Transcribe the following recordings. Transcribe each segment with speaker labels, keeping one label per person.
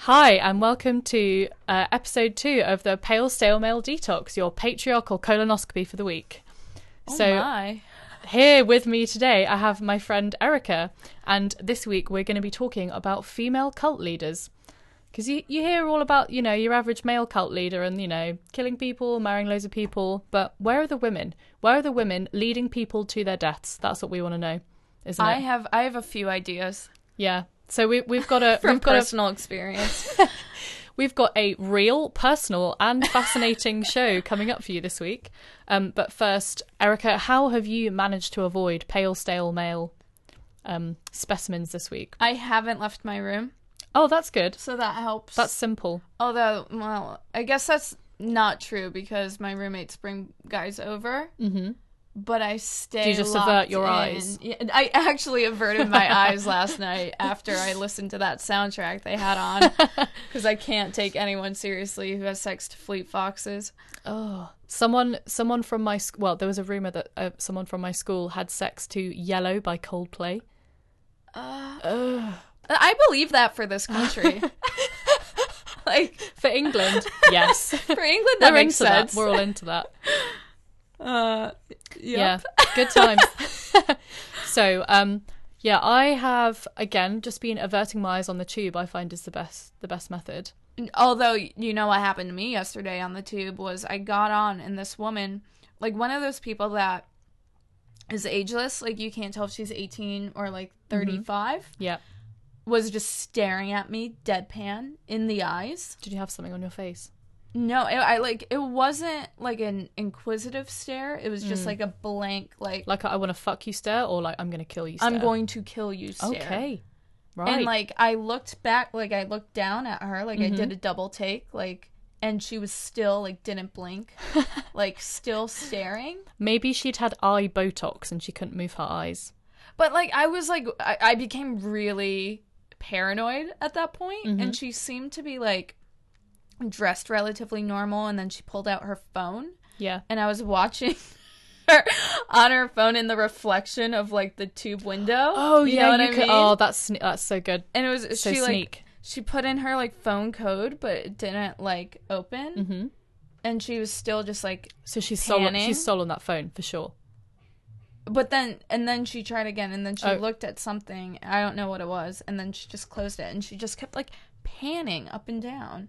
Speaker 1: Hi, and welcome to uh, episode two of the Pale Stale Male Detox, your patriarchal colonoscopy for the week.
Speaker 2: oh my.
Speaker 1: Here with me today, I have my friend Erica, and this week we're going to be talking about female cult leaders. Because you, you hear all about, you know, your average male cult leader and, you know, killing people, marrying loads of people, but where are the women? Where are the women leading people to their deaths? That's what we want to know, isn't
Speaker 2: I
Speaker 1: it?
Speaker 2: have I have a few ideas
Speaker 1: yeah. So we, we've got a
Speaker 2: from
Speaker 1: we've got a,
Speaker 2: personal experience.
Speaker 1: we've got a real, personal, and fascinating show coming up for you this week. Um, but first, Erica, how have you managed to avoid pale, stale male um, specimens this week?
Speaker 2: I haven't left my room,
Speaker 1: Oh, that's good.
Speaker 2: so that helps.
Speaker 1: That's simple.
Speaker 2: Although, well, I guess that's not true because my roommates bring guys over. Mm-hmm. But I stay.
Speaker 1: Do you just
Speaker 2: locked
Speaker 1: avert your
Speaker 2: in.
Speaker 1: eyes?
Speaker 2: Yeah, I actually averted my eyes last night after I listened to that soundtrack they had on because I can't take anyone seriously who has sex to Fleet Foxes.
Speaker 1: Oh, someone, someone from my sc- well, there was a rumor that uh, someone from my school had sex to "Yellow" by Coldplay.
Speaker 2: I believe that for this country. like
Speaker 1: For England, yes,
Speaker 2: for England, that
Speaker 1: we're
Speaker 2: makes
Speaker 1: into
Speaker 2: sense.
Speaker 1: that. We're all into that.
Speaker 2: Uh, yeah.
Speaker 1: Yeah, good times. so, um, yeah, I have again just been averting my eyes on the tube. I find is the best the best method.
Speaker 2: Although you know what happened to me yesterday on the tube was I got on and this woman, like one of those people that is ageless, like you can't tell if she's 18 or like 35,
Speaker 1: Yeah.
Speaker 2: was just staring at me deadpan in the eyes.
Speaker 1: Did you have something on your face?
Speaker 2: No, I, I like it wasn't like an inquisitive stare. It was just like a blank Mm. like, uh,
Speaker 1: Like I want to fuck you stare, or like I'm going to kill you. Stare?
Speaker 2: I'm going to kill you stare.
Speaker 1: Okay. Right.
Speaker 2: And like I looked back, like I looked down at her, like
Speaker 1: Mm-hmm.
Speaker 2: I did a double take, like and she was still like didn't blink, like still staring.
Speaker 1: Maybe she'd had eye Botox and she couldn't move her eyes.
Speaker 2: But like I was like I, I became really paranoid at that point,
Speaker 1: Mm-hmm.
Speaker 2: and she seemed to be like dressed relatively normal, and then she pulled out her phone,
Speaker 1: Yeah.
Speaker 2: and I was watching. Her on her phone in the reflection of like the tube window. You know what I mean?
Speaker 1: Oh, that's sne- that's so good.
Speaker 2: and it was
Speaker 1: So
Speaker 2: she like
Speaker 1: sneak.
Speaker 2: she put in her like phone code but it didn't like open
Speaker 1: Mhm.
Speaker 2: and she was still just like
Speaker 1: So she's sole.
Speaker 2: panning.
Speaker 1: She's sole on that phone for sure.
Speaker 2: but then and then she tried again and then she
Speaker 1: Oh.
Speaker 2: looked at something i don't know what it was and then she just closed it and she just kept like panning up and down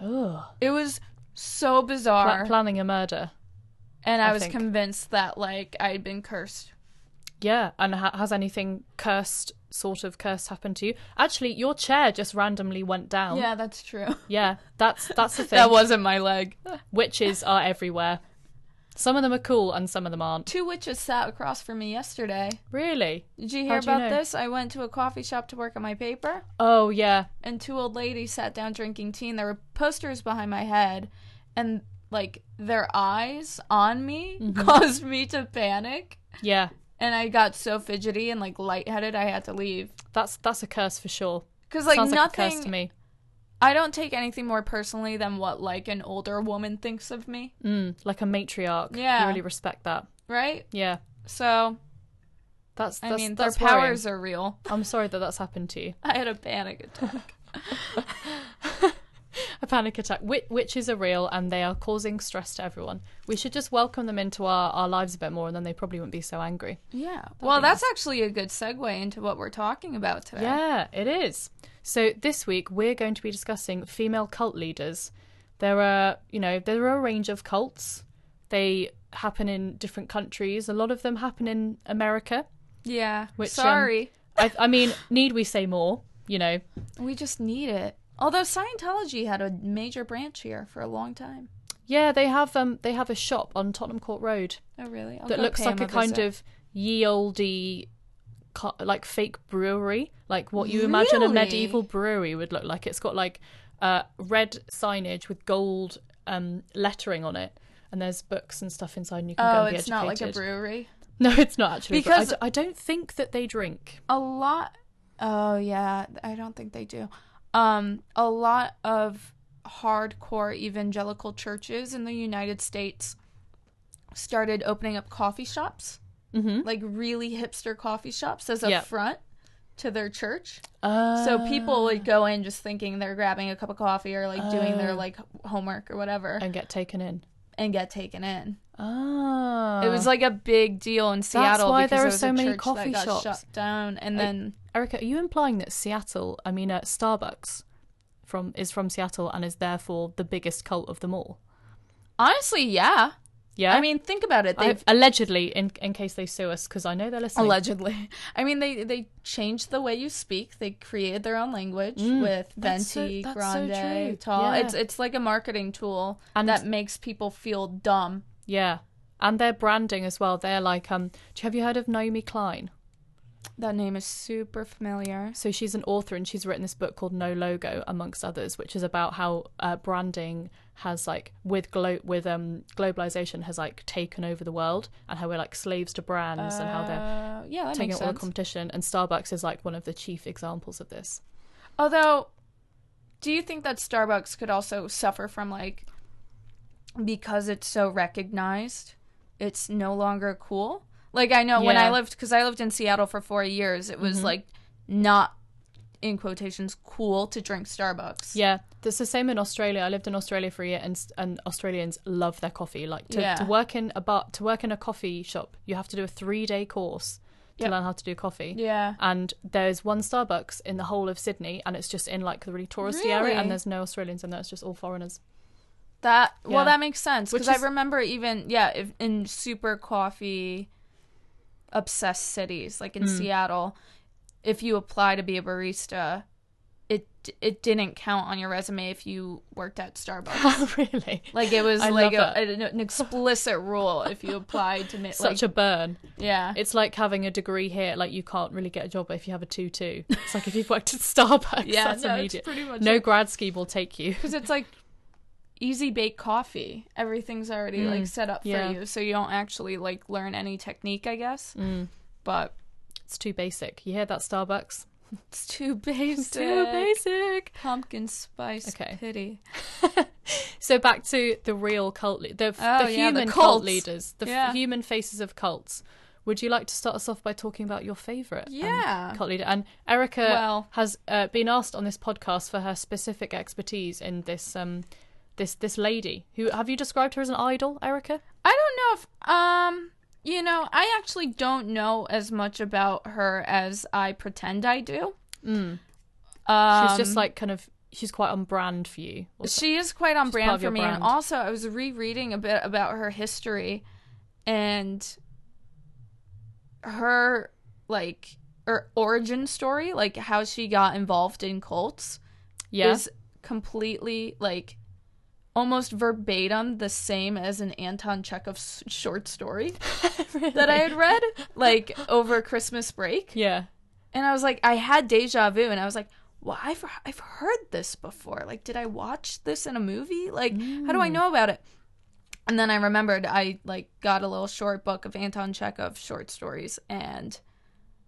Speaker 1: Oh.
Speaker 2: it was so bizarre
Speaker 1: planning a murder.
Speaker 2: and i,
Speaker 1: I
Speaker 2: was
Speaker 1: think.
Speaker 2: convinced that like i had been cursed
Speaker 1: Yeah, and ha- has anything cursed, sort of cursed, happened to you? Actually, your chair just randomly went down.
Speaker 2: yeah that's true
Speaker 1: Yeah, that's that's the thing.
Speaker 2: that wasn't my leg
Speaker 1: Witches are everywhere. Some of them are cool, and some of them aren't.
Speaker 2: two witches sat across from me yesterday
Speaker 1: Really?
Speaker 2: did you hear
Speaker 1: How'd you
Speaker 2: about
Speaker 1: know?
Speaker 2: this i went to a coffee shop to work on my paper
Speaker 1: Oh yeah.
Speaker 2: and two old ladies sat down drinking tea and there were posters behind my head and like their eyes on me
Speaker 1: Mm-hmm.
Speaker 2: caused me to panic
Speaker 1: Yeah.
Speaker 2: and i got so fidgety and like lightheaded i had to leave
Speaker 1: That's that's a curse for sure.
Speaker 2: because like
Speaker 1: Sounds
Speaker 2: nothing
Speaker 1: like a curse to me.
Speaker 2: i don't take anything more personally than what like an older woman thinks of me
Speaker 1: Mm, like a matriarch.
Speaker 2: Yeah.
Speaker 1: You really respect that.
Speaker 2: right
Speaker 1: Yeah.
Speaker 2: so
Speaker 1: That's,
Speaker 2: i
Speaker 1: that's
Speaker 2: mean their
Speaker 1: that's worrying.
Speaker 2: powers are real
Speaker 1: I'm sorry that that's happened to you.
Speaker 2: i had a panic attack
Speaker 1: a panic attack. Wit- witches are real and they are causing stress to everyone. We should just welcome them into our, our lives a bit more and then they probably wouldn't be so angry.
Speaker 2: yeah well that's actually a good segue into what we're talking about today
Speaker 1: Yeah, it is. So this week we're going to be discussing female cult leaders. There are, you know, there are a range of cults. They happen in different countries. A lot of them happen in America.
Speaker 2: yeah
Speaker 1: Which, um,
Speaker 2: sorry
Speaker 1: I, I mean, need we say more? You know,
Speaker 2: We just need it. Although Scientology had a major branch here for a long time.
Speaker 1: yeah, they have um they have a shop on Tottenham Court Road
Speaker 2: Oh, really? I'll
Speaker 1: that
Speaker 2: go
Speaker 1: looks
Speaker 2: pay
Speaker 1: like
Speaker 2: him
Speaker 1: a kind
Speaker 2: visit.
Speaker 1: of ye olde co- like fake brewery like what you imagine a
Speaker 2: Really?
Speaker 1: medieval brewery would look like it's got like uh, red signage with gold um, lettering on it and there's books and stuff inside and you can go
Speaker 2: Oh,
Speaker 1: and be
Speaker 2: it's not like a
Speaker 1: educated.
Speaker 2: brewery.
Speaker 1: no it's not actually because I
Speaker 2: Because-
Speaker 1: d- I don't think that they drink
Speaker 2: A lot. Oh yeah, I don't think they do. Um, a lot of hardcore evangelical churches in the United States started opening up coffee shops,
Speaker 1: Mhm.
Speaker 2: like really hipster coffee shops, as a
Speaker 1: Yeah.
Speaker 2: front to their church.
Speaker 1: Uh, Uh.
Speaker 2: So people would go in just thinking they're grabbing a cup of coffee or like doing their like homework or whatever
Speaker 1: and get taken in.
Speaker 2: and get taken in.
Speaker 1: Oh,
Speaker 2: It was like a big deal in Seattle.
Speaker 1: why
Speaker 2: because
Speaker 1: there are
Speaker 2: was
Speaker 1: so
Speaker 2: a
Speaker 1: many
Speaker 2: church that
Speaker 1: coffee
Speaker 2: got
Speaker 1: shops.
Speaker 2: shut down, and
Speaker 1: Like-
Speaker 2: then
Speaker 1: Erica, are you implying that Seattle, I mean, uh, Starbucks, from is from Seattle and is therefore the biggest cult of them all?
Speaker 2: honestly, yeah.
Speaker 1: Yeah,
Speaker 2: I mean, think about it.
Speaker 1: I-
Speaker 2: They
Speaker 1: allegedly, in in case they sue us, because I know they're listening.
Speaker 2: allegedly, I mean, they they changed the way you speak. They created their own language
Speaker 1: Mm.
Speaker 2: with
Speaker 1: That's so-
Speaker 2: venti,
Speaker 1: that's so
Speaker 2: grande,
Speaker 1: true.
Speaker 2: tall.
Speaker 1: Yeah.
Speaker 2: It's it's like a marketing tool
Speaker 1: And-
Speaker 2: that makes people feel dumb.
Speaker 1: yeah, and their branding as well. They're like, um, do you- have you heard of Naomi Klein?
Speaker 2: That name is super familiar.
Speaker 1: So she's an author and she's written this book called No Logo, amongst others, which is about how uh, branding has like with glo- with um globalization has like taken over the world and how we're like slaves to brands and how they're
Speaker 2: Uh, yeah, that
Speaker 1: taking
Speaker 2: makes
Speaker 1: out all the
Speaker 2: sense.
Speaker 1: competition. And Starbucks is like one of the chief examples of this.
Speaker 2: Although, do you think that Starbucks could also suffer from like because it's so recognized, it's no longer cool? Like I know when I
Speaker 1: Yeah. Mm-hmm.
Speaker 2: lived because I lived in Seattle for four years, it was like not in quotations cool to drink Starbucks.
Speaker 1: Yeah, that's the same in Australia. I lived in Australia for a year, and and Australians love their coffee. Like to,
Speaker 2: Yeah.
Speaker 1: to work in a bar, to work in a coffee shop, you have to do a three day course to
Speaker 2: Yep.
Speaker 1: learn how to do coffee.
Speaker 2: Yeah.
Speaker 1: And there's one Starbucks in the whole of Sydney, and it's just in like the really touristy area,
Speaker 2: Really?
Speaker 1: and there's no Australians in there. It's just all foreigners.
Speaker 2: That
Speaker 1: Yeah.
Speaker 2: well, that makes sense
Speaker 1: Which
Speaker 2: because
Speaker 1: is-
Speaker 2: I remember even yeah, if, in super coffee obsessed cities like in
Speaker 1: Hmm.
Speaker 2: Seattle, if you apply to be a barista, it it didn't count on your resume if you worked at Starbucks.
Speaker 1: really,
Speaker 2: like it was
Speaker 1: I
Speaker 2: like
Speaker 1: love
Speaker 2: a, an, an explicit rule if you applied to make
Speaker 1: such
Speaker 2: like
Speaker 1: a burn.
Speaker 2: yeah.
Speaker 1: It's like having a degree here. Like you can't really get a job if you have a two two. It's like if you've worked at Starbucks,
Speaker 2: yeah,
Speaker 1: that's
Speaker 2: no, it's
Speaker 1: immediate.
Speaker 2: pretty much
Speaker 1: No grad scheme will take you.
Speaker 2: because it's like easy bake coffee. Everything's already like set up
Speaker 1: Hmm. yeah.
Speaker 2: for you, so you don't actually like learn any technique, I guess.
Speaker 1: Hmm.
Speaker 2: But
Speaker 1: It's too basic. You hear that, Starbucks?
Speaker 2: It's too basic.
Speaker 1: Too basic.
Speaker 2: Pumpkin spice
Speaker 1: Okay.
Speaker 2: pity.
Speaker 1: So back to the real cult, le- the,
Speaker 2: Oh,
Speaker 1: the
Speaker 2: yeah, the
Speaker 1: human cult
Speaker 2: cults.
Speaker 1: leaders, the f-
Speaker 2: Yeah.
Speaker 1: human faces of cults. Would you like to start us off by talking about your favorite um,
Speaker 2: Yeah.
Speaker 1: cult leader? And Erica
Speaker 2: Well-
Speaker 1: has uh, been asked on this podcast for her specific expertise in this um this this lady who have you described her as an idol, Erica?
Speaker 2: I don't know if um you know, I actually don't know as much about her as I pretend I do. Um,
Speaker 1: She's just like kind of she's quite on brand for you. or so-
Speaker 2: she is quite on
Speaker 1: part
Speaker 2: brand
Speaker 1: of
Speaker 2: for
Speaker 1: your
Speaker 2: me. And
Speaker 1: brand.
Speaker 2: also, I was rereading a bit about her history and her like her origin story, like how she got involved in cults.
Speaker 1: yeah.
Speaker 2: is completely like almost verbatim the same as an Anton Chekhov s- short story that I had read like over Christmas break.
Speaker 1: yeah.
Speaker 2: And I was like, I had deja vu, and I was like, well, I've, I've heard this before. Like, did I watch this in a movie? Like, how do I know about it? And then I remembered I like got a little short book of Anton Chekhov short stories, and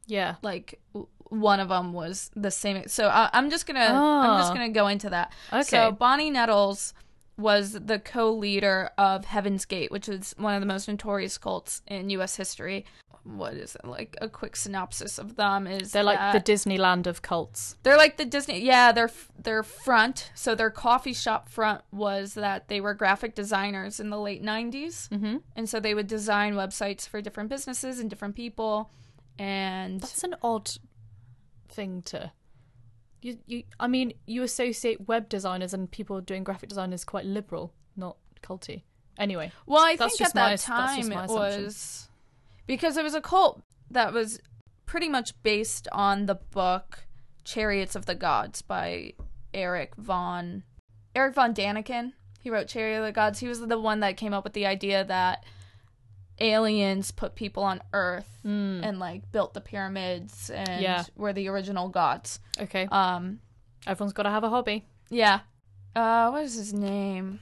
Speaker 1: Yeah.
Speaker 2: like w- one of them was the same. So I, I'm just gonna I'm just
Speaker 1: Ah.
Speaker 2: gonna go into that.
Speaker 1: Okay.
Speaker 2: So Bonnie Nettles was the co-leader of Heaven's Gate, which is one of the most notorious cults in U.S. history. What is it like? A quick synopsis of them is
Speaker 1: They're like
Speaker 2: that-
Speaker 1: the Disneyland of cults.
Speaker 2: they're like the Disney. Yeah, their their front. So their coffee shop front was that they were graphic designers in the late '90s, mm-hmm. and so they would design websites for different businesses and different people. And
Speaker 1: That's an odd thing to. You, you, I mean, you associate web designers and people doing graphic design as quite liberal, not culty. Anyway,
Speaker 2: Well, I
Speaker 1: That's
Speaker 2: think
Speaker 1: just
Speaker 2: at
Speaker 1: my-
Speaker 2: that
Speaker 1: that's just
Speaker 2: time
Speaker 1: my
Speaker 2: it
Speaker 1: assumption.
Speaker 2: was because it was a cult that was pretty much based on the book Chariots of the Gods by Eric von Eric von Daniken. He wrote Chariot of the Gods. He was the one that came up with the idea that aliens put people on Earth
Speaker 1: Mm. um,
Speaker 2: and like built the pyramids and
Speaker 1: Yeah.
Speaker 2: were the original gods.
Speaker 1: okay,
Speaker 2: Um,
Speaker 1: everyone's got to have a hobby.
Speaker 2: yeah. Uh, what is his name?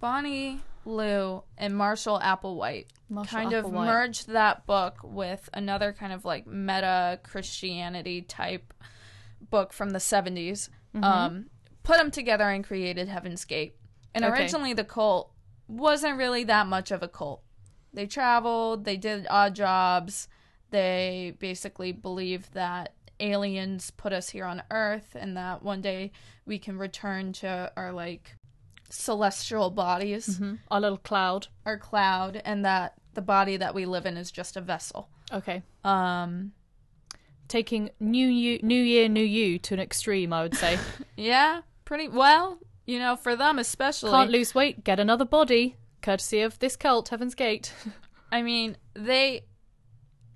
Speaker 2: Bonnie Lou and Marshall Applewhite
Speaker 1: Marshall
Speaker 2: kind of
Speaker 1: Applewhite.
Speaker 2: merged that book with another kind of like meta Christianity type book from the 70s. Um, put them together and created Heaven's Gate. And
Speaker 1: Okay.
Speaker 2: originally, the cult wasn't really that much of a cult. They traveled, they did odd jobs, they basically believed that aliens put us here on Earth and that one day we can return to our like celestial bodies,
Speaker 1: Our little cloud.
Speaker 2: our cloud, and that the body that we live in is just a vessel.
Speaker 1: Okay.
Speaker 2: Um,
Speaker 1: Taking new you, new year, new you to an extreme, I would say.
Speaker 2: yeah, pretty well. You know, for them especially.
Speaker 1: Can't lose weight, get another body, courtesy of this cult, Heaven's Gate.
Speaker 2: I mean, they.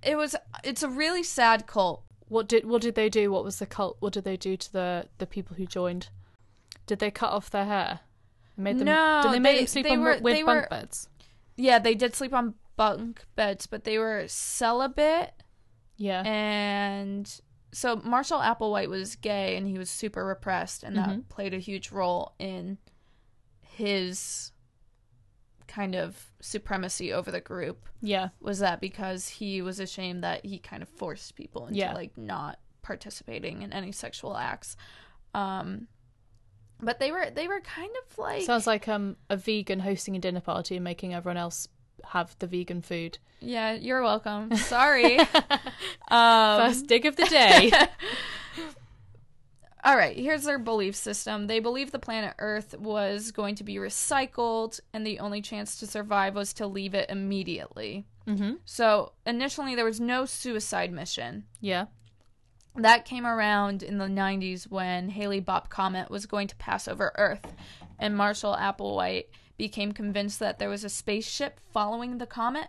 Speaker 2: It was. It's a really sad cult.
Speaker 1: What did what did they do? What was the cult? What did they do to the the people who joined? Did they cut off their hair? Made them,
Speaker 2: No,
Speaker 1: Did they make
Speaker 2: they-
Speaker 1: them sleep
Speaker 2: they
Speaker 1: on
Speaker 2: were-
Speaker 1: with
Speaker 2: they
Speaker 1: bunk
Speaker 2: were-
Speaker 1: beds?
Speaker 2: Yeah, they did sleep on bunk beds, but they were celibate
Speaker 1: Yeah.
Speaker 2: Eh. and so Marshall Applewhite was gay and he was super repressed and that played a huge role in his kind of supremacy over the group
Speaker 1: yeah.
Speaker 2: was that because he was ashamed that he kind of forced people into
Speaker 1: Yeah.
Speaker 2: like not participating in any sexual acts um but they were they were kind of like
Speaker 1: Sounds like um a vegan hosting a dinner party and making everyone else have the vegan food.
Speaker 2: yeah you're welcome sorry um
Speaker 1: First dig of the day.
Speaker 2: All right, here's their belief system. They believed the planet Earth was going to be recycled, and the only chance to survive was to leave it immediately.
Speaker 1: mm-hmm.
Speaker 2: So, initially, there was no suicide mission.
Speaker 1: Yeah.
Speaker 2: That came around in the 90s when Haley Bopp Comet was going to pass over Earth, and Marshall Applewhite became convinced that there was a spaceship following the comet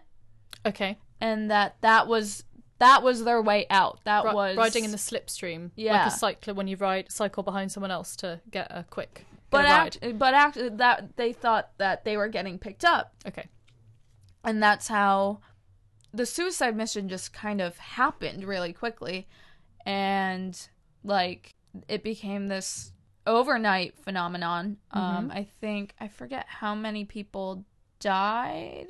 Speaker 1: Okay.
Speaker 2: and that that was that was their way out. That
Speaker 1: Ri-
Speaker 2: was
Speaker 1: riding in the slipstream.
Speaker 2: Yeah.
Speaker 1: Like a cycler when you ride cycle behind someone else to get a quick get
Speaker 2: but um,
Speaker 1: a ride.
Speaker 2: act, but act, that they thought that they were getting picked up
Speaker 1: okay.
Speaker 2: and that's how the suicide mission just kind of happened really quickly and like it became this overnight phenomenon um i think i forget how many people died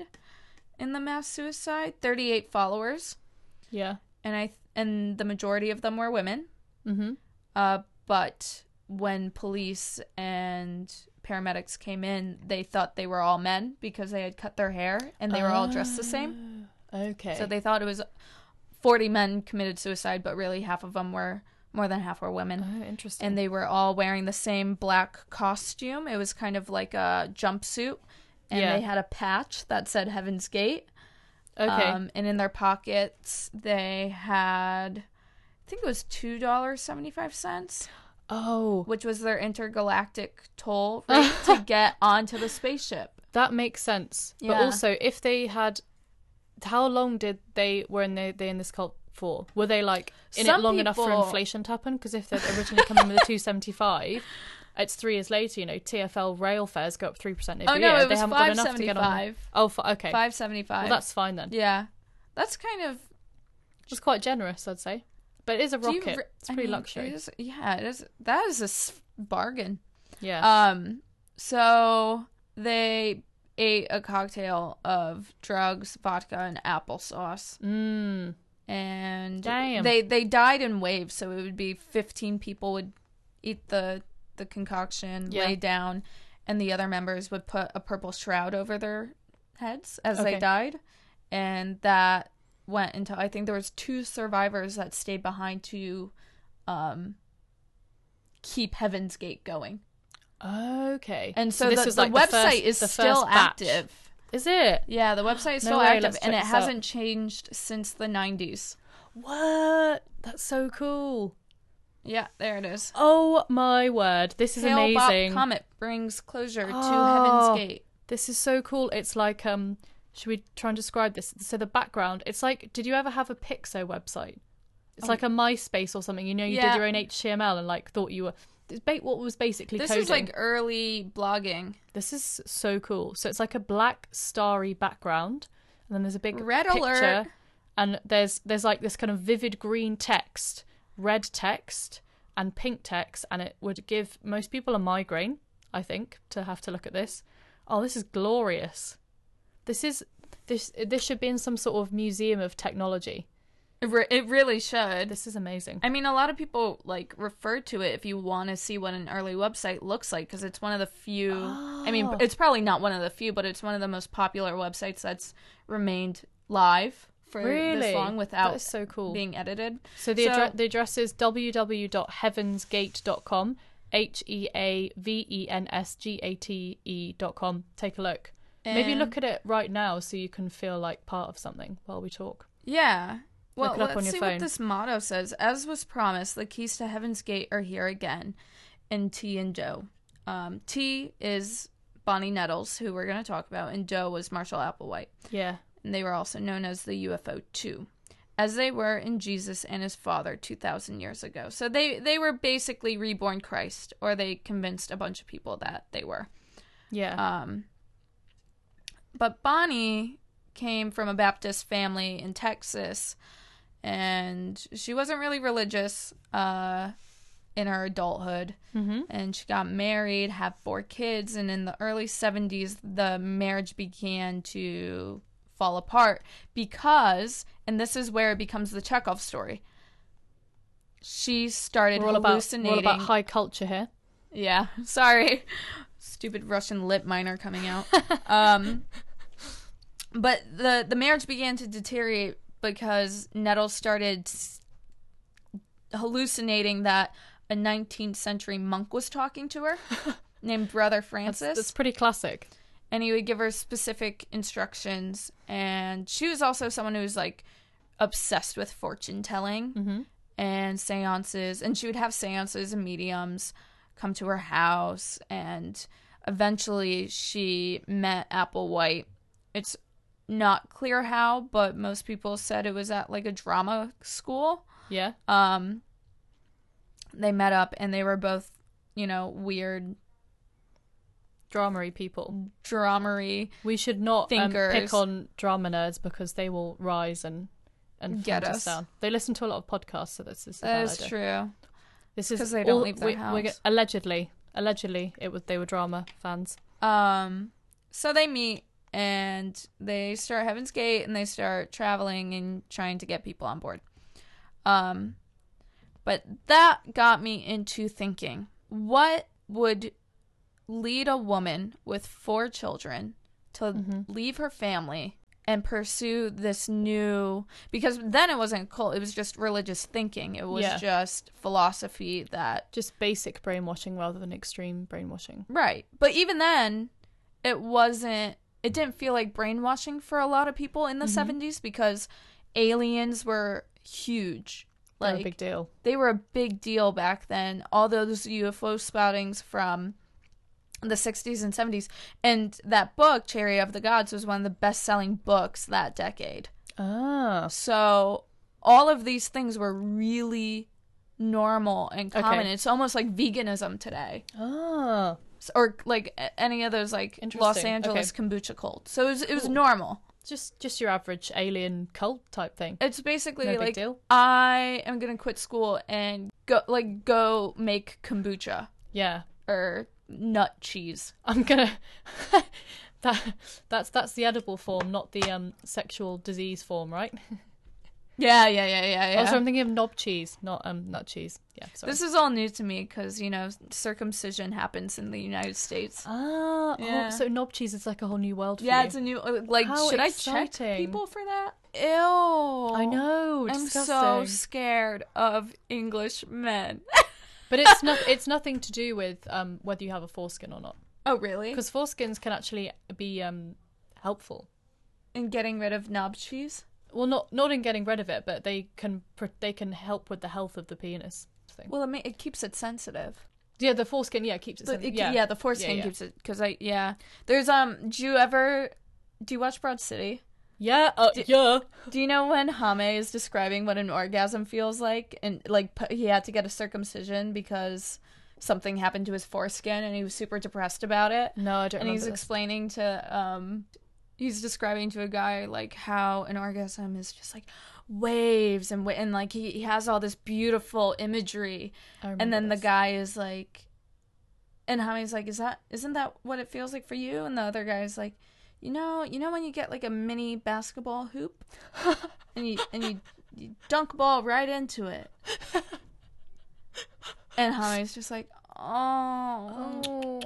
Speaker 2: in the mass suicide 38 followers
Speaker 1: Yeah.
Speaker 2: and i and the majority of them were women
Speaker 1: Mhm.
Speaker 2: uh, but when police and paramedics came in, they thought they were all men because they had cut their hair and they were all dressed the same.
Speaker 1: Okay.
Speaker 2: So they thought it was 40 men committed suicide, but really half of them were more than half were women.
Speaker 1: oh, interesting.
Speaker 2: And they were all wearing the same black costume. It was kind of like a jumpsuit. And
Speaker 1: Yeah.
Speaker 2: they had a patch that said Heaven's Gate.
Speaker 1: okay.
Speaker 2: Um, and in their pockets, they had, I think it was $2.75
Speaker 1: oh,
Speaker 2: which was their intergalactic toll rate to get onto the spaceship.
Speaker 1: that makes sense. But
Speaker 2: Yeah.
Speaker 1: also, if they had, how long did they were in the, they in this cult for? Were they like in
Speaker 2: Some
Speaker 1: it long enough for
Speaker 2: people-
Speaker 1: inflation to happen? Because if they'd originally come in with a two seventy five. It's three years later, you know. TFL rail fares go up three percent every
Speaker 2: Oh, no,
Speaker 1: year.
Speaker 2: it
Speaker 1: they
Speaker 2: was
Speaker 1: haven't got enough to get on. them.
Speaker 2: 575.
Speaker 1: Oh, fi- okay.
Speaker 2: Five seventy
Speaker 1: Well,
Speaker 2: five.
Speaker 1: that's fine then.
Speaker 2: yeah, that's kind of
Speaker 1: It was quite generous, I'd say. But it is a
Speaker 2: do you
Speaker 1: rocket.
Speaker 2: re-
Speaker 1: it's
Speaker 2: I
Speaker 1: pretty
Speaker 2: mean,
Speaker 1: luxury.
Speaker 2: it is- yeah, it is. That is a s- bargain.
Speaker 1: yeah.
Speaker 2: Um, so they ate a cocktail of drugs, vodka, and applesauce,
Speaker 1: mm,
Speaker 2: and
Speaker 1: Damn.
Speaker 2: they they died in waves. So it would be fifteen people would eat the the concoction,
Speaker 1: Yeah.
Speaker 2: lay down, and the other members would put a purple shroud over their heads as
Speaker 1: Okay.
Speaker 2: they died, and that went until I think there was two survivors that stayed behind to um keep Heaven's Gate going.
Speaker 1: okay.
Speaker 2: And so,
Speaker 1: this
Speaker 2: the,
Speaker 1: is
Speaker 2: the
Speaker 1: like
Speaker 2: website
Speaker 1: first-
Speaker 2: is
Speaker 1: the first
Speaker 2: still
Speaker 1: batch.
Speaker 2: active.
Speaker 1: Is it?
Speaker 2: Yeah, the website is
Speaker 1: No
Speaker 2: still
Speaker 1: way,
Speaker 2: active
Speaker 1: let's
Speaker 2: and
Speaker 1: check
Speaker 2: it
Speaker 1: this out.
Speaker 2: hasn't changed since the 90s.
Speaker 1: What? That's so cool.
Speaker 2: Yeah, there it is.
Speaker 1: Oh my word. This is
Speaker 2: Hale Bopp
Speaker 1: amazing.
Speaker 2: Comet brings closure
Speaker 1: Oh.
Speaker 2: to Heaven's Gate.
Speaker 1: This is so cool. It's like um should we try and describe this? So the background, it's like did you ever have a Pixo website? It's like a MySpace or something. You know, you
Speaker 2: Um, Yeah.
Speaker 1: did your own HTML and like thought you were it's ba- what was basically
Speaker 2: This
Speaker 1: coding.
Speaker 2: is like early blogging.
Speaker 1: This is so cool. So it's like a black starry background, and then there's a big
Speaker 2: Red
Speaker 1: picture,
Speaker 2: alert.
Speaker 1: and there's there's like this kind of vivid green text, red text, and pink text, and it would give most people a migraine, I think, to have to look at this. Oh, this is glorious. This is this this should be in some sort of museum of technology.
Speaker 2: It, re- it really should.
Speaker 1: This is amazing.
Speaker 2: I mean, a lot of people like refer to it if you want to see what an early website looks like because it's one of the few. I mean,
Speaker 1: Oh.
Speaker 2: it's probably not one of the few, but it's one of the most popular websites that's remained live for
Speaker 1: Really?
Speaker 2: this long
Speaker 1: That
Speaker 2: without
Speaker 1: is so cool.
Speaker 2: being edited.
Speaker 1: So the,
Speaker 2: So-
Speaker 1: addre- the address is www.heavensgate.com, H E A V E N S G A T E dot com. Take a look. Maybe
Speaker 2: And-
Speaker 1: look at it right now so you can feel like part of something while we talk.
Speaker 2: Yeah. Well,
Speaker 1: Look it up
Speaker 2: let's
Speaker 1: on your
Speaker 2: see
Speaker 1: phone.
Speaker 2: what this motto says. As was promised, the keys to Heaven's Gate are here again in T and Joe. Um, T is Bonnie Nettles, who we're going to talk about, and Joe was Marshall Applewhite.
Speaker 1: Yeah.
Speaker 2: And they were also known as the UFO 2, as they were in Jesus and his father 2,000 years ago. So they, they were basically reborn Christ, or they convinced a bunch of people that they were.
Speaker 1: Yeah.
Speaker 2: Um, but Bonnie came from a Baptist family in Texas, and she wasn't really religious uh, in her adulthood.
Speaker 1: hmm
Speaker 2: And she got married, had four kids, and in the early 70s, the marriage began to fall apart because, and this is where it becomes the Chekhov story. She started
Speaker 1: We're all about, we're
Speaker 2: hallucinating.
Speaker 1: all about high culture here.
Speaker 2: Yeah, sorry. Stupid Russian lip minor coming out. um, but the the marriage began to deteriorate because Nettle started s- hallucinating that a 19th century monk was talking to her named Brother
Speaker 1: That's,
Speaker 2: Francis
Speaker 1: that's pretty classic.
Speaker 2: and he would give her specific instructions and she was also someone who was like obsessed with fortune telling
Speaker 1: Mhm.
Speaker 2: and seances and she would have seances and mediums come to her house and eventually she met applewhite it's not clear how but most people said it was at like a drama school
Speaker 1: Yeah.
Speaker 2: um they met up and they were both you know weird
Speaker 1: Dramery people.
Speaker 2: dramery
Speaker 1: We should not um, pick
Speaker 2: Thinkers.
Speaker 1: on drama nerds because they will rise and and
Speaker 2: Get
Speaker 1: hunt us.
Speaker 2: us.
Speaker 1: down. They listen to a lot of podcasts, so this is a
Speaker 2: that
Speaker 1: bad
Speaker 2: is
Speaker 1: idea.
Speaker 2: true
Speaker 1: This is
Speaker 2: 'Cause they don't
Speaker 1: all-
Speaker 2: leave their
Speaker 1: we- we're
Speaker 2: house.
Speaker 1: go- allegedly, allegedly, it was they were drama fans.
Speaker 2: Um, so they meet and they start Heaven's Gate and they start traveling and trying to get people on board. Um, but that got me into thinking what would lead a woman with four children to leave her family and pursue this new because then it wasn't cult it was just religious thinking it was
Speaker 1: Yeah.
Speaker 2: just philosophy that
Speaker 1: Just basic brainwashing rather than extreme brainwashing.
Speaker 2: Right. But even then, it wasn't, it didn't feel like brainwashing for a lot of people in the
Speaker 1: Mm-hmm.
Speaker 2: 70s because aliens were huge.
Speaker 1: Like,
Speaker 2: Like,
Speaker 1: a big deal.
Speaker 2: they were a big deal back then. All those UFO spoutings from the 60s and 70s. And that book, Cherry of the Gods, was one of the best selling books that decade.
Speaker 1: Ah,
Speaker 2: So all of these things were really normal and common.
Speaker 1: Okay.
Speaker 2: It's almost like veganism today
Speaker 1: ah,
Speaker 2: s- or like a- any of those like Los
Speaker 1: Interesting.
Speaker 2: Angeles kombucha cult. So it was, it was normal.
Speaker 1: just just your average alien cult type thing.
Speaker 2: It's basically
Speaker 1: No big
Speaker 2: like
Speaker 1: deal.
Speaker 2: I am gonna quit school and go like go make kombucha
Speaker 1: Yeah,
Speaker 2: or nut cheese.
Speaker 1: I'm gonna. that that's that's the edible form, not the um sexual disease form, right?
Speaker 2: Yeah, yeah, yeah, yeah, yeah.
Speaker 1: Also, I'm thinking of knob cheese, not um nut cheese. Yeah, sorry.
Speaker 2: this is all new to me because you know circumcision happens in the United States.
Speaker 1: ah, oh,
Speaker 2: Yeah.
Speaker 1: so knob cheese is like a whole new world for
Speaker 2: Yeah,
Speaker 1: you.
Speaker 2: it's a new uh, like.
Speaker 1: How
Speaker 2: should I check
Speaker 1: exciting.
Speaker 2: people for that? Ew.
Speaker 1: I know.
Speaker 2: I'm so
Speaker 1: disgusting.
Speaker 2: scared of English men.
Speaker 1: But it's not. It's nothing to do with um, whether you have a foreskin or not,
Speaker 2: oh, really?
Speaker 1: because foreskins can actually be um, helpful.
Speaker 2: And getting rid of knob cheese.
Speaker 1: Well, not not in getting rid of it, but they can pr- they can help with the health of the penis thing.
Speaker 2: Well, it, ma- it keeps it sensitive.
Speaker 1: yeah, the foreskin. Yeah, keeps it.
Speaker 2: But
Speaker 1: sen-
Speaker 2: it,
Speaker 1: yeah,
Speaker 2: yeah. the foreskin
Speaker 1: yeah.
Speaker 2: keeps it because I yeah. There's um. Do you ever do you watch Broad City?
Speaker 1: yeah, uh, yeah.
Speaker 2: Do you know when Hame is describing what an orgasm feels like and like pu- he had to get a circumcision because something happened to his foreskin and he was super depressed about it.
Speaker 1: No, I don't
Speaker 2: and he's
Speaker 1: remember. this.
Speaker 2: explaining to um he's describing to a guy like how an orgasm is just like waves and wa- and like he, he has all this beautiful imagery
Speaker 1: I remember
Speaker 2: and then
Speaker 1: this.
Speaker 2: the guy is like and Hami's like is that isn't that what it feels like for you and the other guy's like you know you know when you get like a mini basketball hoop and you and you, you dunk a ball right into it and Hami's just like oh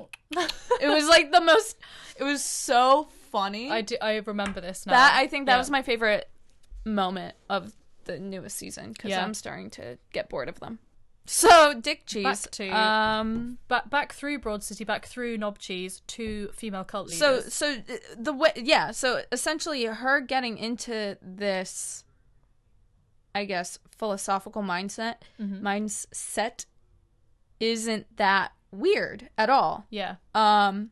Speaker 2: it was like the most it was so funny
Speaker 1: I do. I remember this now.
Speaker 2: that i think that
Speaker 1: Yeah.
Speaker 2: was my favorite moment of the newest season because
Speaker 1: Yeah.
Speaker 2: I'm starting to get bored of them. So Dick Cheese.
Speaker 1: Back to-
Speaker 2: um,
Speaker 1: Back back through Broad City, back through Knob Cheese to female cult leaders.
Speaker 2: so so uh, the way yeah so essentially her getting into this, I guess philosophical mindset
Speaker 1: Mm-hmm.
Speaker 2: mindset isn't that weird at all.
Speaker 1: yeah,
Speaker 2: Um,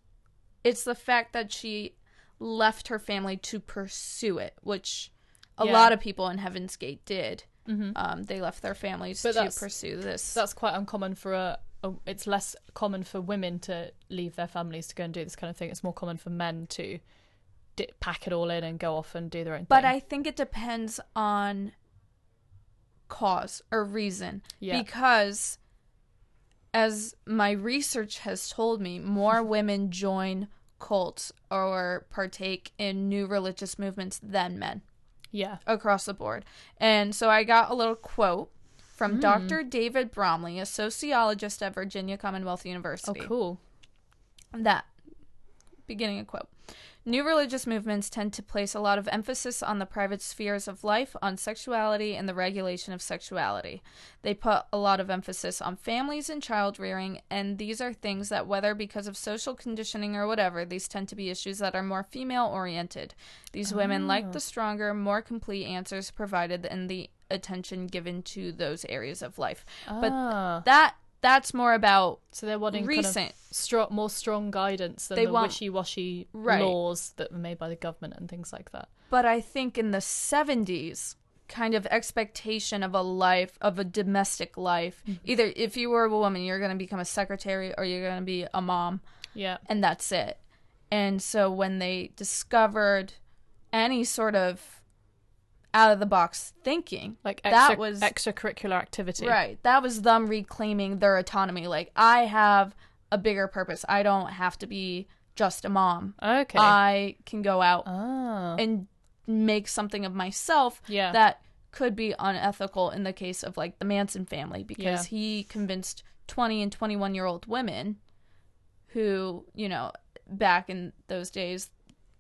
Speaker 2: it's the fact that she left her family to pursue it, which a
Speaker 1: Yeah.
Speaker 2: lot of people in Heaven's Gate did.
Speaker 1: Mhm.
Speaker 2: Um, they left their families
Speaker 1: But
Speaker 2: to
Speaker 1: that's-
Speaker 2: pursue this.
Speaker 1: that's quite uncommon for a, a. It's less common for women to leave their families to go and do this kind of thing. It's more common for men to di- pack it all in and go off and do their own.
Speaker 2: but
Speaker 1: thing.
Speaker 2: I think it depends on cause or reason.
Speaker 1: Yeah.
Speaker 2: Because, as my research has told me, more women join cults or partake in new religious movements than men.
Speaker 1: yeah,
Speaker 2: across the board. And so I got a little quote
Speaker 1: Hmm.
Speaker 2: from Dr. David Bromley, a sociologist at Virginia Commonwealth
Speaker 1: oh
Speaker 2: University.
Speaker 1: cool,
Speaker 2: That beginning a quote. New religious movements tend to place a lot of emphasis on the private spheres of life, on sexuality, and the regulation of sexuality. They put a lot of emphasis on families and child rearing, and these are things that, whether because of social conditioning or whatever, these tend to be issues that are more female oriented. These women like the stronger, more complete answers provided and the attention given to those areas of life.
Speaker 1: Ah.
Speaker 2: But that that's more about
Speaker 1: so they're wanting kind
Speaker 2: recent
Speaker 1: of stro- more strong guidance than
Speaker 2: They
Speaker 1: the
Speaker 2: want-
Speaker 1: wishy-washy
Speaker 2: Right.
Speaker 1: laws that were made by the government and things like that.
Speaker 2: but I think in the 70s kind of expectation of a life of a domestic life
Speaker 1: Mm-hmm.
Speaker 2: either if you were a woman you're going to become a secretary or you're going to be a mom
Speaker 1: Yeah,
Speaker 2: and that's it and so when they discovered any sort of out of the box thinking
Speaker 1: like
Speaker 2: That
Speaker 1: extra-
Speaker 2: was-
Speaker 1: extracurricular activity.
Speaker 2: right that was them reclaiming their autonomy like i have a bigger purpose i don't have to be just a mom
Speaker 1: Okay.
Speaker 2: i can go out
Speaker 1: ah.
Speaker 2: and make something of myself
Speaker 1: Yeah.
Speaker 2: that could be unethical in the case of like the Manson family because he convinced 20 and 21 year old women who, you know, back in those days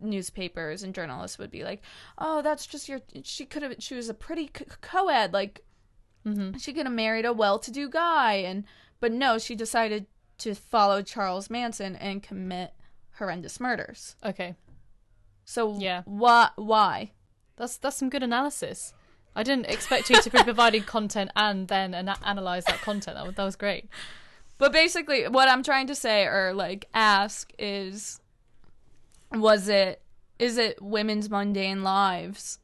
Speaker 2: newspapers and journalists would be like, "Oh, that's just your she could have she was a pretty c- co-ed like
Speaker 1: Mm-hmm.
Speaker 2: she could have married a well-to-do guy and but no, she decided to follow Charles Manson and commit horrendous murders."
Speaker 1: Okay.
Speaker 2: So
Speaker 1: Yeah.
Speaker 2: why why?
Speaker 1: That's that's some good analysis. I didn't expect you to be providing content and then ana- analyze that content. That was, that was great.
Speaker 2: But basically, what I'm trying to say or like ask is, was it is it women's mundane lives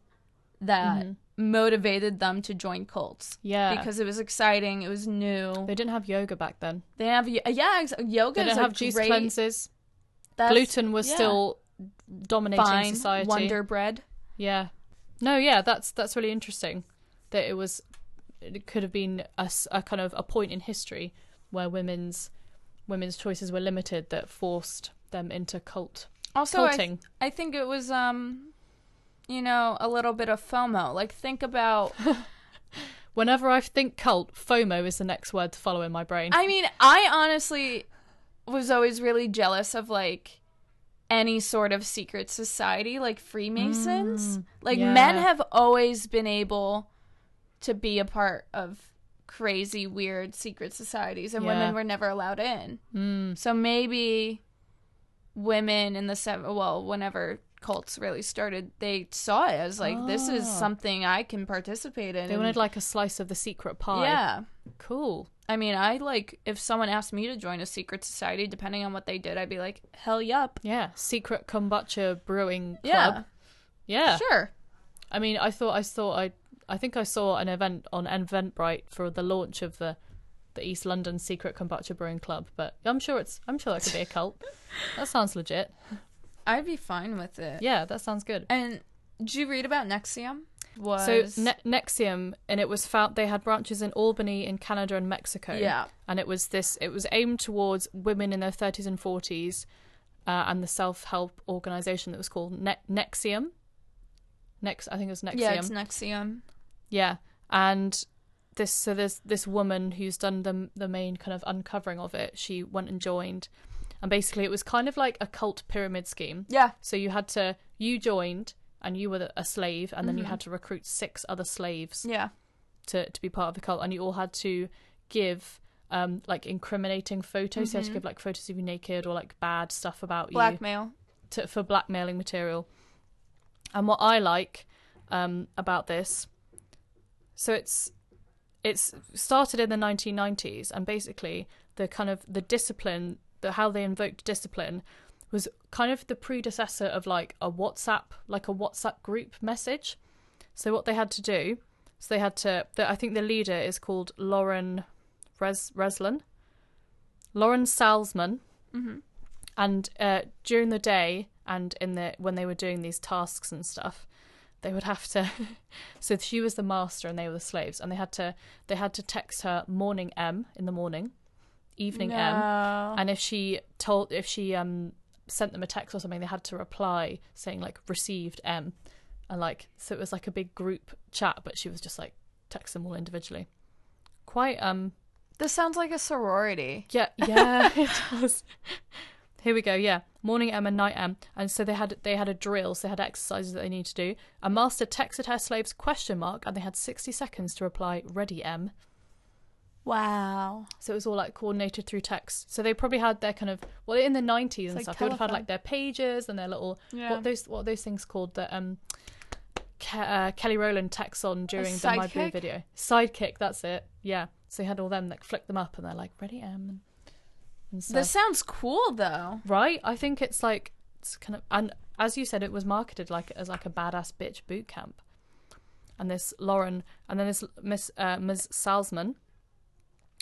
Speaker 2: that motivated them to join cults?
Speaker 1: Mm-hmm. Yeah.
Speaker 2: because it was exciting, it was new.
Speaker 1: They didn't have yoga back then.
Speaker 2: They have y- yeah, ex- yoga.
Speaker 1: They
Speaker 2: is
Speaker 1: didn't
Speaker 2: a
Speaker 1: have juice
Speaker 2: great,
Speaker 1: cleanses.
Speaker 2: that's
Speaker 1: Gluten was
Speaker 2: yeah.
Speaker 1: still dominating
Speaker 2: fine.
Speaker 1: society.
Speaker 2: Wonder bread.
Speaker 1: Yeah. No, yeah, that's that's really interesting that it was it could have been a, s- a kind of a point in history where women's women's choices were limited that forced them into cult
Speaker 2: Also, I,
Speaker 1: Culting.
Speaker 2: I think it was um, you know, a little bit of FOMO. Like think about
Speaker 1: Whenever I think cult, FOMO is the next word to follow in my brain.
Speaker 2: I mean, I honestly was always really jealous of like any sort of secret society, like Freemasons. like
Speaker 1: Mm, yeah.
Speaker 2: men have always been able to be a part of crazy, weird secret societies, and
Speaker 1: Yeah. Mm.
Speaker 2: women were never allowed in. So maybe women in the seven, well, whenever cults really started, they saw it as like this is
Speaker 1: Ah.
Speaker 2: something I can participate in.
Speaker 1: they wanted like a slice of the secret pie.
Speaker 2: Um, yeah.
Speaker 1: Cool.
Speaker 2: I mean, I like if someone asked me to join a secret society, depending on what they did, I'd be like, hell yup.
Speaker 1: Yeah. Secret kombucha brewing
Speaker 2: Yeah.
Speaker 1: club. Yeah.
Speaker 2: Sure.
Speaker 1: I mean, I thought I thought I I think I saw an event on Eventbrite for the launch of the the East London Secret Kombucha Brewing Club, but I'm sure it's I'm sure that could be a cult. that sounds legit.
Speaker 2: I'd be fine with it.
Speaker 1: Yeah, that sounds good.
Speaker 2: And did you read about Nexium? Was
Speaker 1: So ne- Nexium, and it was found they had branches in Albany, in Canada, and Mexico.
Speaker 2: Yeah.
Speaker 1: and it was this. It was aimed towards women in their thirties and forties, uh, and the self-help organization that was called ne- Nexium. Next, I think it was Nexium.
Speaker 2: Yeah, it's Nexium.
Speaker 1: Yeah, and this so there's this woman who's done the the main kind of uncovering of it. She went and joined, and basically it was kind of like a cult pyramid scheme.
Speaker 2: Yeah.
Speaker 1: So you had to you joined, and you were the- a slave, and then you had to recruit six other slaves
Speaker 2: Yeah.
Speaker 1: to, to be part of the cult, and you all had to give um, like incriminating photos. So you had to give like photos of you naked or like bad stuff about you
Speaker 2: Blackmail.
Speaker 1: to, for blackmailing material. And what I like um, about this, so it's it's started in the 1990s, and basically the kind of the discipline, the how they invoked discipline, was kind of the predecessor of like a WhatsApp, like a WhatsApp group message. So what they had to do, so they had to. The, I think the leader is called Lauren Res, Reslin, Lauren Salzman and uh, during the day and in the when they were doing these tasks and stuff they would have to so she was the master and they were the slaves and they had to they had to text her morning m in the morning evening m
Speaker 2: No.
Speaker 1: and if she told if she um sent them a text or something they had to reply saying like received m and like so it was like a big group chat but she was just like text them all individually quite um
Speaker 2: This sounds like a sorority.
Speaker 1: yeah, yeah, it does. Here we go. Yeah, morning M and night M, and so they had they had a drill. So they had exercises that they needed to do. A master texted her slaves question mark, and they had sixty seconds to reply ready M.
Speaker 2: Wow.
Speaker 1: So it was all like coordinated through text. So they probably had their kind of well in the nineties and
Speaker 2: like
Speaker 1: stuff. They would have had
Speaker 2: telephone.
Speaker 1: like their pages and their little
Speaker 2: Yeah.
Speaker 1: what are those what are those things called that um Ke- uh, Kelly Rowland texts on during the My Blue
Speaker 2: sidekick?
Speaker 1: video. Sidekick, that's it. Yeah. So they had all them like flick them up, and they're like ready M. And, and stuff.
Speaker 2: This sounds cool though.
Speaker 1: right i think it's like it's kind of and as you said it was marketed like as like a badass bitch boot camp and this lauren and then this miss uh, ms salzman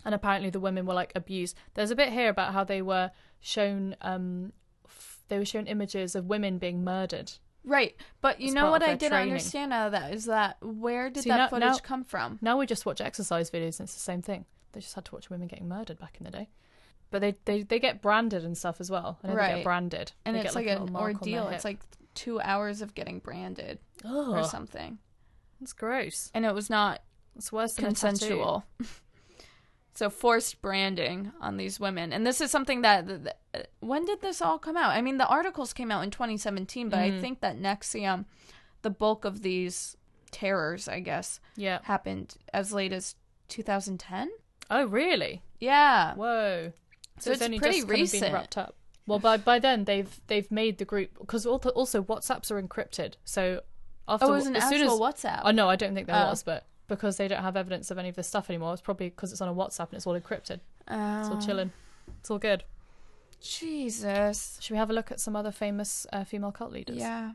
Speaker 1: and apparently the women were like abused there's a bit here about how they were shown um f- they were shown images of women being murdered
Speaker 2: Right. But you
Speaker 1: It's
Speaker 2: know
Speaker 1: part
Speaker 2: what
Speaker 1: of
Speaker 2: I
Speaker 1: their
Speaker 2: didn't
Speaker 1: training.
Speaker 2: understand out of that is that where did
Speaker 1: See,
Speaker 2: that
Speaker 1: now-
Speaker 2: footage
Speaker 1: now-
Speaker 2: come from?
Speaker 1: now we just watch exercise videos and it's the same thing they just had to watch women getting murdered back in the day but they they, they get branded and stuff as well and they
Speaker 2: Right.
Speaker 1: get branded
Speaker 2: And
Speaker 1: They
Speaker 2: it's
Speaker 1: get,
Speaker 2: like,
Speaker 1: a little
Speaker 2: an
Speaker 1: mark on their
Speaker 2: ordeal. It's
Speaker 1: hip.
Speaker 2: like two hours of getting branded or
Speaker 1: oh
Speaker 2: something.
Speaker 1: that's gross
Speaker 2: And it was not
Speaker 1: it's worse than a tattoo.
Speaker 2: consensual. so forced branding on these women, and this is something that. th- th- when did this all come out? I mean, the articles came out in 2017, but
Speaker 1: Mm-hmm.
Speaker 2: I think that Nexium, the bulk of these terrors, I guess,
Speaker 1: yeah
Speaker 2: happened as late as 2010.
Speaker 1: Oh, really?
Speaker 2: Yeah,
Speaker 1: Whoa. So,
Speaker 2: So
Speaker 1: it's,
Speaker 2: it's
Speaker 1: only
Speaker 2: pretty
Speaker 1: just kind of
Speaker 2: recent.
Speaker 1: been wrapped up. Well, by by then they've they've made the group because also, also WhatsApps are encrypted. So after
Speaker 2: oh, it was an
Speaker 1: as soon as
Speaker 2: actual WhatsApp.
Speaker 1: oh no, I don't think there
Speaker 2: Oh.
Speaker 1: was, but because they don't have evidence of any of this stuff anymore, it's probably because it's on a WhatsApp and it's all encrypted. It's all
Speaker 2: Oh,
Speaker 1: chilling. It's all good.
Speaker 2: Jesus.
Speaker 1: Should we have a look at some other famous uh, female cult leaders?
Speaker 2: Yeah,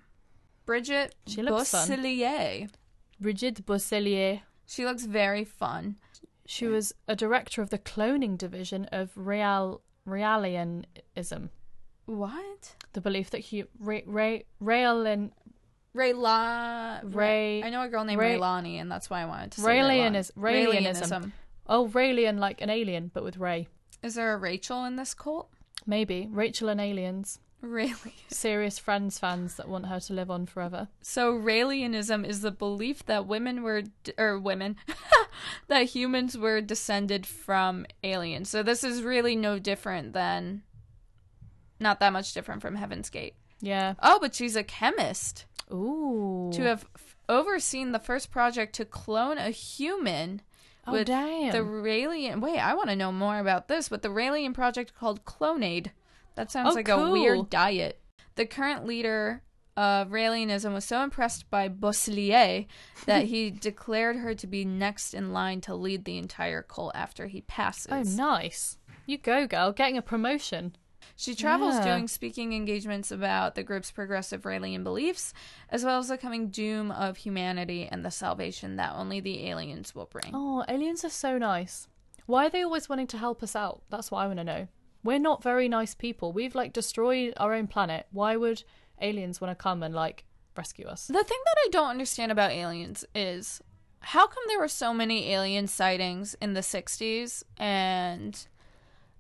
Speaker 2: Bridget
Speaker 1: She looks fun.
Speaker 2: Bosselier.
Speaker 1: Brigitte Boisselier.
Speaker 2: She looks very fun.
Speaker 1: She was a director of the cloning division of Real Realianism,
Speaker 2: What?
Speaker 1: the belief that hu- re- re- Realin
Speaker 2: Rayla
Speaker 1: Ray-
Speaker 2: I know a girl named
Speaker 1: Ray-
Speaker 2: Raylani, and that's why I wanted to say
Speaker 1: Raylianis-
Speaker 2: Raylan.
Speaker 1: Raylianism. Oh, Raylian like an alien, but with Ray.
Speaker 2: Is there a Rachel in this cult?
Speaker 1: Maybe. Rachel and aliens.
Speaker 2: Really?
Speaker 1: Serious Friends fans that want her to live on forever.
Speaker 2: So Raelianism is the belief that women were or women that humans were descended from aliens. So this is really no different than not that much different from Heaven's Gate.
Speaker 1: Yeah.
Speaker 2: Oh, but she's a chemist.
Speaker 1: Ooh.
Speaker 2: To have f- overseen the first project to clone a human
Speaker 1: oh,
Speaker 2: with
Speaker 1: damn.
Speaker 2: The Raelian. Wait, I want to know more about this, but the Raelian project called Clonade. That sounds
Speaker 1: Oh,
Speaker 2: like a
Speaker 1: cool.
Speaker 2: weird diet. The current leader of Raelianism was so impressed by Bosselier that he declared her to be next in line to lead the entire cult after he passes.
Speaker 1: oh, nice. You go, girl. Getting a promotion.
Speaker 2: She travels
Speaker 1: Yeah.
Speaker 2: doing speaking engagements about the group's progressive Raelian beliefs, as well as the coming doom of humanity and the salvation that only the aliens will bring.
Speaker 1: Oh, aliens are so nice. Why are they always wanting to help us out? That's what I want to know. We're not very nice people. We've, like, destroyed our own planet. Why would aliens want to come and, like, rescue us?
Speaker 2: The thing that I don't understand about aliens is how come there were so many alien sightings in the 60s and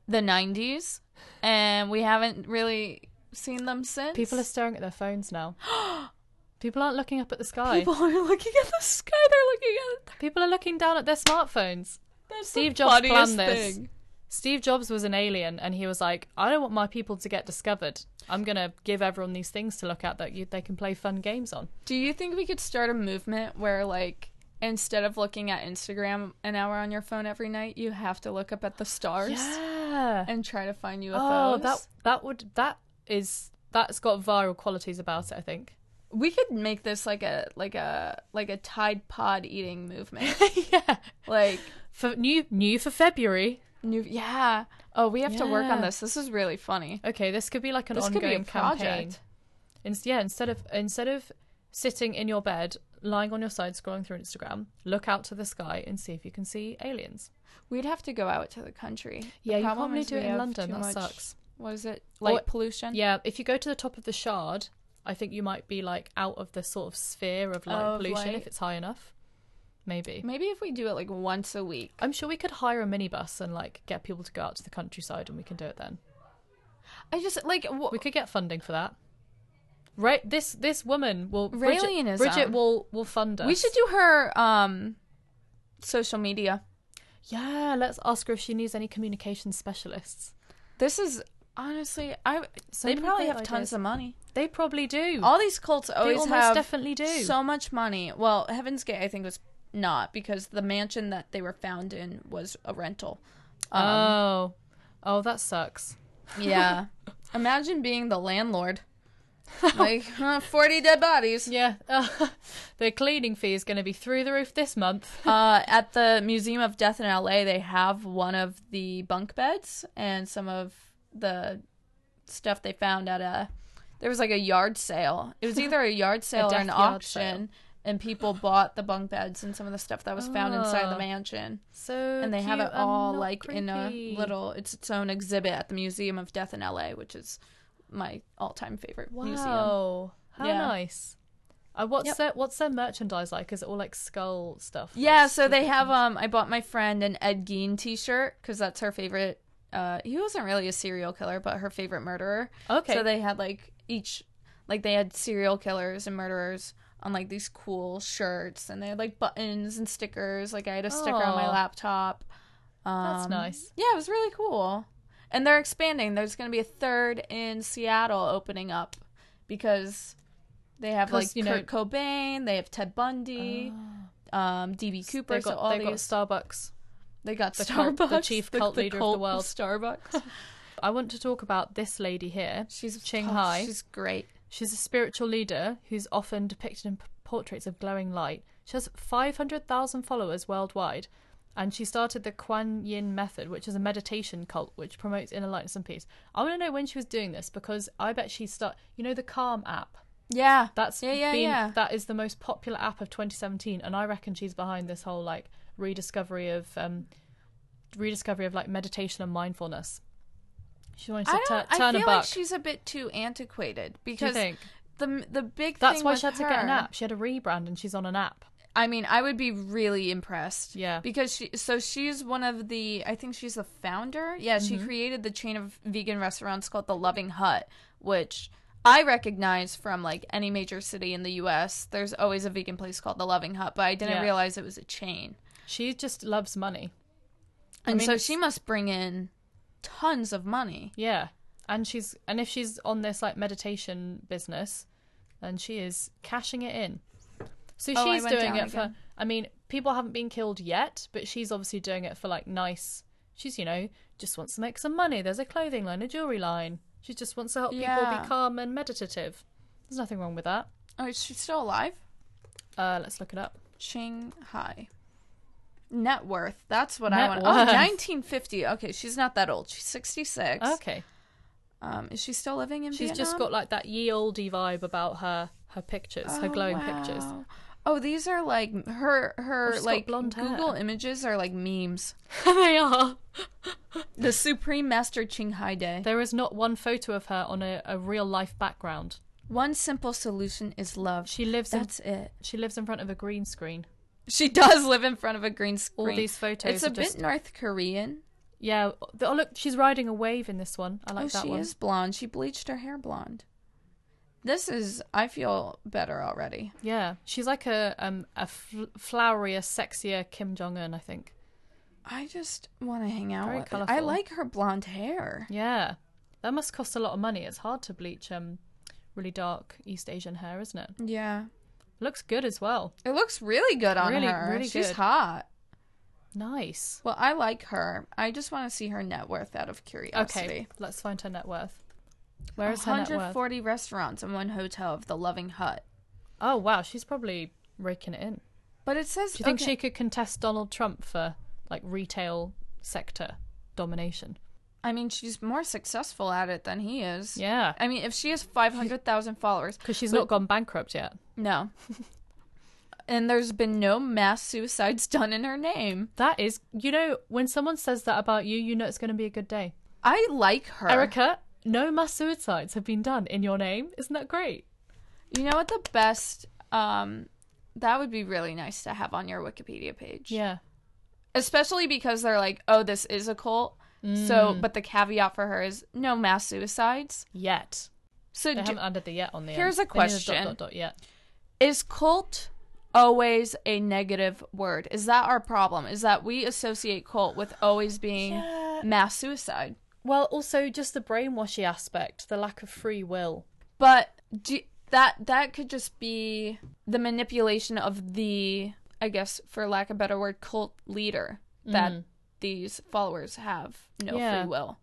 Speaker 2: the 90s and we haven't really seen them since?
Speaker 1: People are staring at their phones now. People aren't looking up at the sky.
Speaker 2: People are looking at the sky. They're looking at
Speaker 1: People are looking down at their smartphones.
Speaker 2: that's
Speaker 1: Steve
Speaker 2: the
Speaker 1: Jobs
Speaker 2: funniest
Speaker 1: planned this.
Speaker 2: thing.
Speaker 1: Steve Jobs was an alien, and he was like, "I don't want my people to get discovered. I'm gonna give everyone these things to look at that you, they can play fun games on."
Speaker 2: Do you think we could start a movement where, like, instead of looking at Instagram an hour on your phone every night, you have to look up at the stars
Speaker 1: Yeah.
Speaker 2: and try to find UFOs?
Speaker 1: Oh, that that would that is that's got viral qualities about it. I think.
Speaker 2: we could make this like a like a like a Tide Pod eating movement.
Speaker 1: yeah.
Speaker 2: like
Speaker 1: For new new for February.
Speaker 2: new, yeah. Oh, we have to work on
Speaker 1: Yeah.
Speaker 2: this. This is really funny.
Speaker 1: Okay, this could be like an
Speaker 2: This could
Speaker 1: ongoing
Speaker 2: be a
Speaker 1: campaign.
Speaker 2: project.
Speaker 1: In- yeah, instead of instead of sitting in your bed, lying on your side scrolling through Instagram, look out to the sky and see if you can see aliens.
Speaker 2: We'd have to go out to the country. The
Speaker 1: Yeah, you
Speaker 2: problem
Speaker 1: can't really
Speaker 2: is
Speaker 1: do it
Speaker 2: we
Speaker 1: in
Speaker 2: have
Speaker 1: London.
Speaker 2: too
Speaker 1: That
Speaker 2: much-
Speaker 1: sucks.
Speaker 2: What is it?
Speaker 1: Or-
Speaker 2: Light pollution.
Speaker 1: Yeah, if you go to the top of the Shard, I think you might be like out of the sort of sphere of light
Speaker 2: Of
Speaker 1: pollution
Speaker 2: light.
Speaker 1: if it's high enough. Maybe.
Speaker 2: Maybe if we do it like once a week.
Speaker 1: I'm sure we could hire a minibus and like get people to go out to the countryside and we can do it then.
Speaker 2: I just like wh-
Speaker 1: We could get funding for that. Right, this this woman will Bridget,
Speaker 2: Raelianism.
Speaker 1: Bridget will will fund us.
Speaker 2: we should do her um social media.
Speaker 1: Yeah, let's ask her if she needs any communication specialists.
Speaker 2: This is honestly I
Speaker 1: So
Speaker 2: they
Speaker 1: many
Speaker 2: probably
Speaker 1: great
Speaker 2: have tons
Speaker 1: ideas.
Speaker 2: of money.
Speaker 1: They probably do.
Speaker 2: All these cults
Speaker 1: they
Speaker 2: always
Speaker 1: almost
Speaker 2: have
Speaker 1: definitely do.
Speaker 2: so much money. Well, Heaven's Gate I think was not because the mansion that they were found in was a rental. Um,
Speaker 1: oh, oh, that sucks.
Speaker 2: yeah. Imagine being the landlord. like huh, 40 dead bodies.
Speaker 1: Yeah, the cleaning fee is going to be through the roof this month.
Speaker 2: uh, at the Museum of Death in LA, they have one of the bunk beds and some of the stuff they found at a. There was like a yard sale. It was either a yard sale or
Speaker 1: death
Speaker 2: an
Speaker 1: yard
Speaker 2: auction,
Speaker 1: sale.
Speaker 2: and people bought the bunk beds and some of the stuff that was found inside the
Speaker 1: Oh.
Speaker 2: mansion.
Speaker 1: So
Speaker 2: And they have
Speaker 1: cute
Speaker 2: it all
Speaker 1: and not
Speaker 2: like in a
Speaker 1: creepy.
Speaker 2: little. It's its own exhibit at the Museum of Death in LA, which is my all-time favorite
Speaker 1: wow.
Speaker 2: museum.
Speaker 1: How
Speaker 2: Yeah.
Speaker 1: nice. Uh, what's
Speaker 2: Yep.
Speaker 1: their what's their merchandise like? Is it all like skull stuff? like
Speaker 2: Yeah, so they
Speaker 1: stupid
Speaker 2: have.
Speaker 1: things?
Speaker 2: Um, I bought my friend an Ed Gein T-shirt because that's her favorite. Uh, he wasn't really a serial killer, but her favorite murderer.
Speaker 1: okay.
Speaker 2: So they had like each, like they had serial killers and murderers on like these cool shirts, and they had like buttons and stickers. Like I had a sticker on my
Speaker 1: Aw.
Speaker 2: laptop. Um,
Speaker 1: That's nice.
Speaker 2: Yeah, it was really cool. And they're expanding. There's going to be a third in Seattle opening up because they have like
Speaker 1: 'Cause, you know-
Speaker 2: Kurt Cobain, they have Ted Bundy
Speaker 1: Ah.
Speaker 2: um, DB Cooper.
Speaker 1: they
Speaker 2: so
Speaker 1: got,
Speaker 2: all
Speaker 1: they
Speaker 2: these
Speaker 1: got Starbucks
Speaker 2: they got
Speaker 1: the
Speaker 2: Starbucks,
Speaker 1: cult- the chief cult leader of the
Speaker 2: cult
Speaker 1: world.
Speaker 2: Starbucks.
Speaker 1: I want to talk about this lady here.
Speaker 2: she's
Speaker 1: Ching
Speaker 2: oh,
Speaker 1: Hai.
Speaker 2: She's great.
Speaker 1: She's a spiritual leader who's often depicted in p- portraits of glowing light. She has 500,000 followers worldwide, and she started the Kuan Yin Method, which is a meditation cult which promotes inner lightness and peace. I want to know when she was doing this because I bet she start. You know the Calm app.
Speaker 2: Yeah,
Speaker 1: That's
Speaker 2: yeah, yeah,
Speaker 1: been,
Speaker 2: yeah.
Speaker 1: That is the most popular app of 2017, and I reckon she's behind this whole like rediscovery of um, rediscovery of like meditation and mindfulness. She wanted to
Speaker 2: I
Speaker 1: tur-
Speaker 2: don't. I
Speaker 1: turn
Speaker 2: feel
Speaker 1: a
Speaker 2: like
Speaker 1: buck.
Speaker 2: she's a bit too antiquated
Speaker 1: do you
Speaker 2: because
Speaker 1: think?
Speaker 2: the the big
Speaker 1: That's
Speaker 2: thing
Speaker 1: why
Speaker 2: with
Speaker 1: she had to get an
Speaker 2: her-
Speaker 1: app. She had a rebrand and she's on an app.
Speaker 2: I mean, I would be really impressed.
Speaker 1: Yeah.
Speaker 2: Because she, so she's one of the, I think she's the founder. Yeah, she
Speaker 1: Mm-hmm.
Speaker 2: created the chain of vegan restaurants called The Loving Hut, which I recognize from like any major city in the US. There's always a vegan place called The Loving Hut, but I didn't
Speaker 1: Yeah.
Speaker 2: realize it was a chain.
Speaker 1: She just loves money. I
Speaker 2: And
Speaker 1: mean,
Speaker 2: so
Speaker 1: it's-
Speaker 2: she must bring in tons of money.
Speaker 1: Yeah. And she's and if she's on this like meditation business, then she is cashing it in. So
Speaker 2: Oh, I
Speaker 1: she's
Speaker 2: went
Speaker 1: doing
Speaker 2: down
Speaker 1: it for
Speaker 2: again.
Speaker 1: I mean, people haven't been killed yet, but she's obviously doing it for like nice she's, you know, just wants to make some money. There's a clothing line, a jewelry line. She just wants to help people
Speaker 2: Yeah.
Speaker 1: be calm and meditative. There's nothing wrong with that.
Speaker 2: Oh, is she still alive?
Speaker 1: Uh let's look it up.
Speaker 2: Shanghai. Net worth. That's what I
Speaker 1: Net
Speaker 2: want.
Speaker 1: worth.
Speaker 2: Oh, 1950. Okay, she's not that old. She's 66.
Speaker 1: Okay.
Speaker 2: Um, is she still living in
Speaker 1: She's
Speaker 2: Vietnam?
Speaker 1: just got like that ye olde vibe about her her pictures, her
Speaker 2: Oh,
Speaker 1: glowing pictures.
Speaker 2: wow. Oh, these are like her her
Speaker 1: she's got
Speaker 2: like
Speaker 1: blonde hair.
Speaker 2: Google images are like memes.
Speaker 1: they are.
Speaker 2: The Supreme Master Ching Hai Day.
Speaker 1: There is not one photo of her on a, a real life background.
Speaker 2: One simple solution is love.
Speaker 1: She lives in
Speaker 2: That's it.
Speaker 1: she lives in front of a green screen.
Speaker 2: She does live in front of a green
Speaker 1: All
Speaker 2: screen.
Speaker 1: these photos.
Speaker 2: it's
Speaker 1: are
Speaker 2: a bit
Speaker 1: just-
Speaker 2: North Korean.
Speaker 1: Yeah. Oh look, she's riding a wave in this one. I like
Speaker 2: oh,
Speaker 1: that
Speaker 2: she
Speaker 1: one.
Speaker 2: is blonde. She bleached her hair blonde. This is. I feel better already.
Speaker 1: Yeah, she's like a um a fl- flowerier, sexier Kim Jong Un. I think.
Speaker 2: I just want to hang out
Speaker 1: Very
Speaker 2: with her. I
Speaker 1: colourful.
Speaker 2: like her blonde hair.
Speaker 1: Yeah. That must cost a lot of money. It's hard to bleach um really dark East Asian hair, isn't it?
Speaker 2: Yeah.
Speaker 1: Looks good as well.
Speaker 2: It looks really good on
Speaker 1: Really,
Speaker 2: her.
Speaker 1: really
Speaker 2: She's
Speaker 1: good.
Speaker 2: hot.
Speaker 1: Nice.
Speaker 2: Well, I like her. I just want to see her net worth out of curiosity.
Speaker 1: Okay, let's find her net worth. Where is her net worth?
Speaker 2: 140 restaurants and one hotel of the Loving Hut.
Speaker 1: Oh wow, she's probably raking it in.
Speaker 2: But it says
Speaker 1: Do you think
Speaker 2: okay,
Speaker 1: she could contest Donald Trump for like retail sector domination?
Speaker 2: I mean, she's more successful at it than he is.
Speaker 1: Yeah,
Speaker 2: I mean, if she has 500,000 followers,
Speaker 1: because she's
Speaker 2: But-
Speaker 1: not gone bankrupt yet.
Speaker 2: no. and there's been no mass suicides done in her name.
Speaker 1: That is, you know, when someone says that about you, you know it's going to be a good day.
Speaker 2: I like her.
Speaker 1: Erica, no mass suicides have been done in your name. Isn't that great?
Speaker 2: You know what the best um that would be really nice to have on your Wikipedia page.
Speaker 1: Yeah.
Speaker 2: Especially because they're like, "Oh, this is a cult."
Speaker 1: Mm.
Speaker 2: So, but the caveat for her is no mass suicides.
Speaker 1: Yet.
Speaker 2: So,
Speaker 1: They
Speaker 2: do,
Speaker 1: haven't added the yet on the
Speaker 2: Here's
Speaker 1: end.
Speaker 2: a
Speaker 1: They need
Speaker 2: question.
Speaker 1: dot, dot, dot, yet.
Speaker 2: is cult always a negative word? Is that our problem? Is that we associate cult with always being
Speaker 1: Yeah.
Speaker 2: mass suicide?
Speaker 1: Well, also just the brainwashy aspect, the lack of free will.
Speaker 2: But do, that that could just be the manipulation of the, I guess, for lack of a better word, cult leader that these followers have no
Speaker 1: Mm. Yeah.
Speaker 2: free will.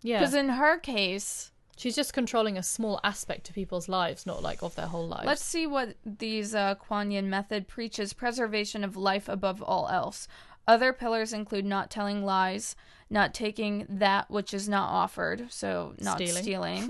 Speaker 1: Yeah.
Speaker 2: Because in her case,
Speaker 1: She's just controlling a small aspect of people's lives, not like of their whole lives.
Speaker 2: let's see what these uh, Kuan Yin method preaches: preservation of life above all else. Other pillars include not telling lies, not taking that which is not offered, so not
Speaker 1: Stealing.
Speaker 2: stealing.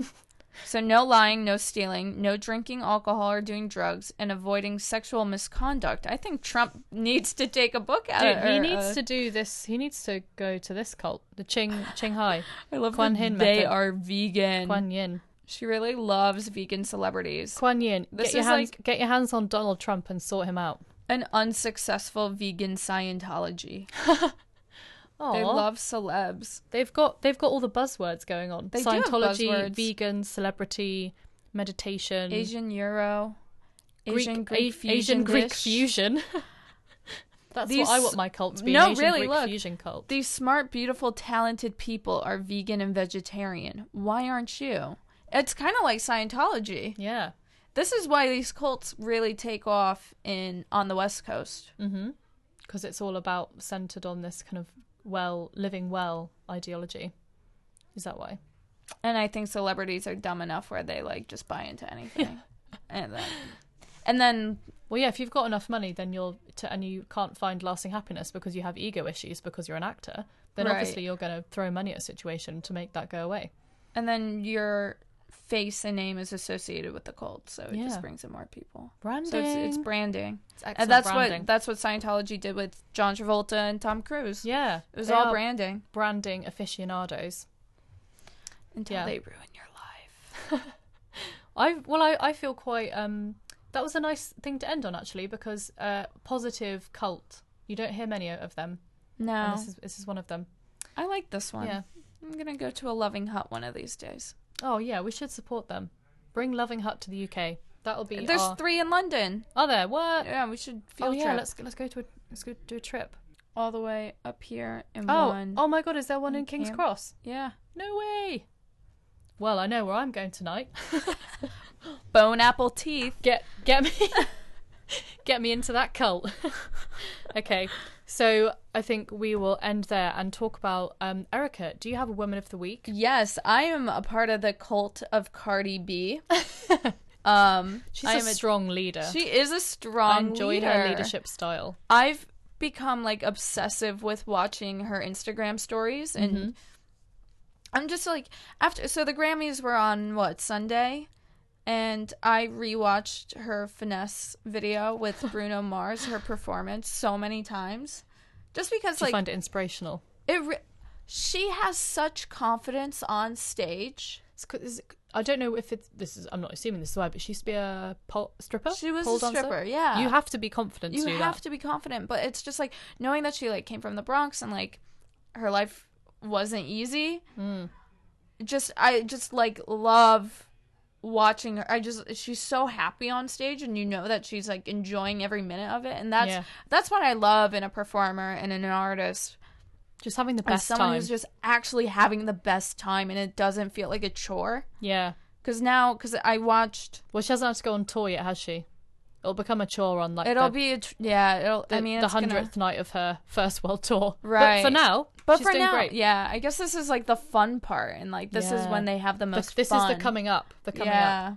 Speaker 2: so no lying, no stealing, no drinking alcohol or doing drugs, and avoiding sexual misconduct. I think Trump needs to take a book out
Speaker 1: Dude,
Speaker 2: of
Speaker 1: he needs to do this. He needs to go to this cult, the Ching Ching Hai,
Speaker 2: I love
Speaker 1: Kuan
Speaker 2: that
Speaker 1: Yin
Speaker 2: they
Speaker 1: method.
Speaker 2: are vegan.
Speaker 1: Kuan Yin.
Speaker 2: She really loves vegan celebrities.
Speaker 1: Kuan Yin,
Speaker 2: This
Speaker 1: get your
Speaker 2: is
Speaker 1: hands get your hands on Donald Trump and sort him out.
Speaker 2: an unsuccessful vegan Scientology.
Speaker 1: Oh,
Speaker 2: They love celebs.
Speaker 1: have got they've got all the buzzwords going on.
Speaker 2: They do have
Speaker 1: Scientology,
Speaker 2: buzzwords.
Speaker 1: vegan, celebrity, meditation,
Speaker 2: Asian Euro,
Speaker 1: Mm-hmm. Greek,
Speaker 2: Asian Greek
Speaker 1: A-
Speaker 2: fusion.
Speaker 1: Asian Greek
Speaker 2: dish.
Speaker 1: fusion. That's
Speaker 2: These-
Speaker 1: what I want my cult to be.
Speaker 2: No,
Speaker 1: an Asian
Speaker 2: really,
Speaker 1: Greek
Speaker 2: look.
Speaker 1: fusion cult.
Speaker 2: These smart, beautiful, talented people are vegan and vegetarian. Why aren't you? It's kind of like Scientology.
Speaker 1: yeah.
Speaker 2: This is why these cults really take off in on the West Coast.
Speaker 1: Mm. because it's all about centered on this kind of well living well ideology. Is that why?
Speaker 2: And I think celebrities are dumb enough where they like just buy into anything. and then, and then
Speaker 1: Well, yeah. If you've got enough money, then you'll to, and you can't find lasting happiness because you have ego issues because you're an actor. Then
Speaker 2: Right.
Speaker 1: obviously you're going to throw money at a situation to make that go away.
Speaker 2: and then your face and name is associated with the cult, so it
Speaker 1: Yeah.
Speaker 2: just brings in more people.
Speaker 1: Branding.
Speaker 2: So it's, it's branding,
Speaker 1: excellent
Speaker 2: and that's
Speaker 1: branding.
Speaker 2: what that's what Scientology did with John Travolta and Tom Cruise.
Speaker 1: yeah.
Speaker 2: it was
Speaker 1: they
Speaker 2: all
Speaker 1: are
Speaker 2: branding
Speaker 1: branding aficionados.
Speaker 2: until
Speaker 1: yeah.
Speaker 2: they ruin your life.
Speaker 1: I well, I, I feel quite. Um, that was a nice thing to end on actually because uh, positive cult. You don't hear many of them, and
Speaker 2: No,
Speaker 1: this is this is one of them.
Speaker 2: I like this one.
Speaker 1: Yeah.
Speaker 2: I'm gonna go to a loving hut one of these days.
Speaker 1: Oh yeah, we should support them. Bring Loving Hut to the UK. That'll be.
Speaker 2: Uh, There's
Speaker 1: our...
Speaker 2: three in London.
Speaker 1: Oh, there. What?
Speaker 2: Yeah, we should field
Speaker 1: Oh yeah.
Speaker 2: trip
Speaker 1: Let's let's go to a let's go do a trip.
Speaker 2: all the way up here in
Speaker 1: Oh
Speaker 2: one.
Speaker 1: oh my God, is there one in
Speaker 2: in
Speaker 1: King's
Speaker 2: Cam-
Speaker 1: Cross?
Speaker 2: Yeah,
Speaker 1: No way. Well, I know where I'm going tonight.
Speaker 2: bone apple teeth.
Speaker 1: Get get me get me into that cult. okay, so I think we will end there and talk about um, Erica. Do you have a woman of the week?
Speaker 2: Yes, I am a part of the cult of Cardi B. um,
Speaker 1: She's
Speaker 2: I
Speaker 1: a
Speaker 2: am a
Speaker 1: strong leader.
Speaker 2: She is a
Speaker 1: I
Speaker 2: strong
Speaker 1: enjoy
Speaker 2: leader.
Speaker 1: her leadership style.
Speaker 2: I've become like obsessive with watching her Instagram stories and
Speaker 1: Mm-hmm.
Speaker 2: I'm just like after so the Grammys were on what Sunday and I rewatched her finesse video with Bruno Mars her performance so many times just because
Speaker 1: Do you
Speaker 2: like
Speaker 1: find it inspirational?
Speaker 2: it re- she has such confidence on stage.
Speaker 1: It's 'cause- is it- I don't know if it's this is. I'm not assuming this is why, but she used to be a pole, stripper.
Speaker 2: She was
Speaker 1: Pole
Speaker 2: a
Speaker 1: dancer?
Speaker 2: stripper, yeah.
Speaker 1: You have to be confident
Speaker 2: you
Speaker 1: to do
Speaker 2: have
Speaker 1: that.
Speaker 2: to be confident but it's just like knowing that she like came from the bronx and like her life wasn't easy
Speaker 1: Hmm.
Speaker 2: just i just like love watching her i just she's so happy on stage and you know that she's like enjoying every minute of it and that's
Speaker 1: Yeah.
Speaker 2: that's what i love in a performer and in an artist
Speaker 1: Just having the
Speaker 2: and
Speaker 1: best
Speaker 2: someone
Speaker 1: time.
Speaker 2: who's just actually having the best time and it doesn't feel like a chore.
Speaker 1: yeah.
Speaker 2: Because now, because I watched,
Speaker 1: Well, she hasn't had to go on tour yet, has she? It'll become a chore on like
Speaker 2: it'll
Speaker 1: the,
Speaker 2: be a tr- yeah. It'll,
Speaker 1: the,
Speaker 2: I mean,
Speaker 1: the
Speaker 2: it's gonna-
Speaker 1: hundredth night of her first world tour. But for
Speaker 2: Right.
Speaker 1: now,
Speaker 2: But
Speaker 1: she's
Speaker 2: for
Speaker 1: doing
Speaker 2: now,
Speaker 1: great.
Speaker 2: yeah, I guess this is like the fun part, and like this is
Speaker 1: Yeah.
Speaker 2: when they have the
Speaker 1: The-
Speaker 2: most.
Speaker 1: this is
Speaker 2: fun.
Speaker 1: the coming up. The coming up.
Speaker 2: yeah. So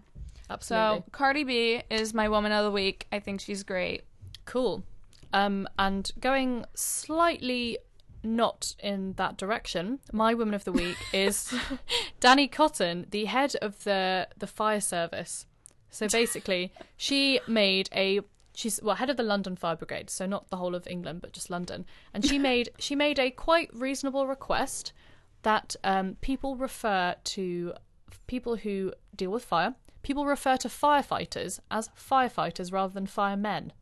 Speaker 1: Absolutely.
Speaker 2: Cardi B is my woman of the week. I think she's great.
Speaker 1: Cool. Um, and going slightly not in that direction, my woman of the week is Danny Cotton, the head of the the fire service. So basically, she made a she's well head of the London Fire Brigade, so not the whole of England, but just London. And she made she made a quite reasonable request that um, people refer to people who deal with fire. People refer to firefighters as firefighters rather than firemen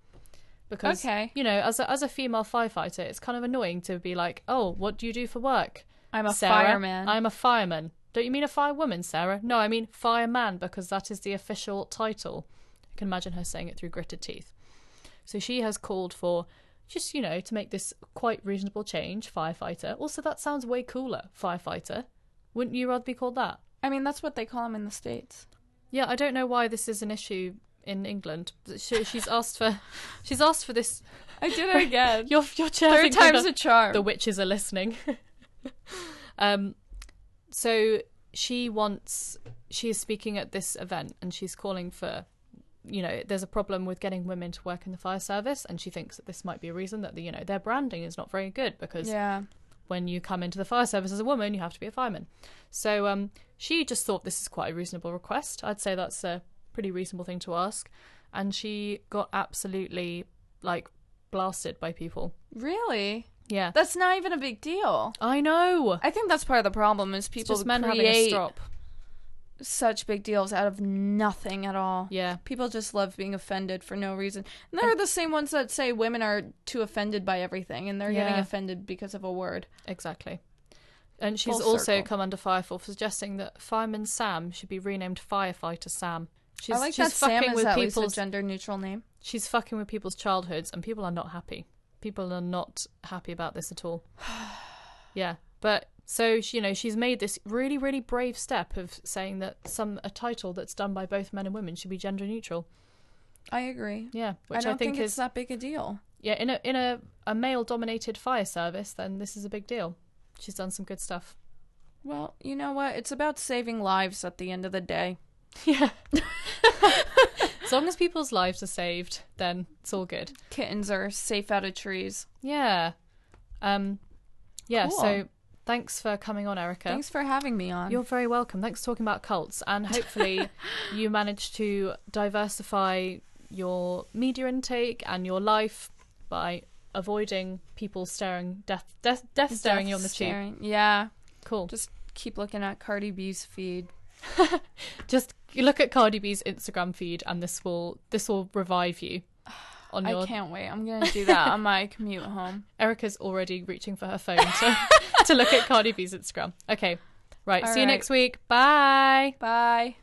Speaker 1: because
Speaker 2: Okay.
Speaker 1: you know as a, as a female firefighter it's kind of annoying to be like oh what do you do for work
Speaker 2: I'm a
Speaker 1: Sarah,
Speaker 2: fireman.
Speaker 1: i'm a fireman don't you mean a firewoman sarah no i mean fireman because that is the official title i can imagine her saying it through gritted teeth so she has called for just you know to make this quite reasonable change firefighter also that sounds way cooler firefighter wouldn't you rather be called that
Speaker 2: I mean, that's what they call them in the states.
Speaker 1: yeah, I don't know why this is an issue in England. She, she's asked for, she's asked for this.
Speaker 2: I did it again.
Speaker 1: Your your chair
Speaker 2: Third time's a charm.
Speaker 1: the witches are listening. um, so she wants. She is speaking at this event, and she's calling for. You know, there's a problem with getting women to work in the fire service, and she thinks that this might be a reason that the, you know their branding is not very good because
Speaker 2: yeah.
Speaker 1: when you come into the fire service as a woman, you have to be a fireman. So um, she just thought this is quite a reasonable request. I'd say that's a pretty reasonable thing to ask, and she got absolutely like blasted by people.
Speaker 2: Really?
Speaker 1: Yeah,
Speaker 2: That's not even a big deal.
Speaker 1: I know.
Speaker 2: I think that's part of the problem is
Speaker 1: It's
Speaker 2: people
Speaker 1: just men having a
Speaker 2: create
Speaker 1: strop.
Speaker 2: such big deals out of nothing at all.
Speaker 1: Yeah.
Speaker 2: People just love being offended for no reason. And they're the same ones that say women are too offended by everything and they're getting
Speaker 1: Yeah.
Speaker 2: offended because of a word.
Speaker 1: Exactly. And she's
Speaker 2: Full
Speaker 1: also
Speaker 2: circle.
Speaker 1: come under fire for suggesting that Fireman Sam should be renamed Firefighter Sam. She's,
Speaker 2: I like
Speaker 1: she's
Speaker 2: that Sam
Speaker 1: fucking
Speaker 2: is
Speaker 1: with
Speaker 2: at least a
Speaker 1: people's
Speaker 2: gender neutral name.
Speaker 1: she's fucking with people's childhoods and people are not happy. People are not happy about this at all. yeah. But so she, you know, she's made this really really brave step of saying that some a title that's done by both men and women should be gender neutral.
Speaker 2: I agree.
Speaker 1: Yeah, which I,
Speaker 2: I don't
Speaker 1: think,
Speaker 2: it's
Speaker 1: is
Speaker 2: that big a deal.
Speaker 1: yeah, in a in a, a male dominated fire service, then this is a big deal. She's done some good stuff.
Speaker 2: Well, you know what? It's about saving lives at the end of the day.
Speaker 1: Yeah. as long as people's lives are saved, then it's all good.
Speaker 2: Kittens are safe out of trees.
Speaker 1: Yeah. Um yeah,
Speaker 2: Cool.
Speaker 1: so thanks for coming on, Erica.
Speaker 2: Thanks for having me on.
Speaker 1: You're very welcome. Thanks for talking about cults and hopefully you managed to diversify your media intake and your life by avoiding people staring death death, death staring you on the
Speaker 2: Death
Speaker 1: cheek.
Speaker 2: staring. Yeah.
Speaker 1: Cool.
Speaker 2: Just keep looking at Cardi B's feed.
Speaker 1: Just you look at Cardi B's Instagram feed and this will this will revive you on your
Speaker 2: I can't wait. I'm gonna do that on my commute home.
Speaker 1: Erica's already reaching for her phone to, to look at Cardi B's Instagram. Okay. Right.
Speaker 2: All
Speaker 1: see you
Speaker 2: right.
Speaker 1: next week. Bye.
Speaker 2: Bye.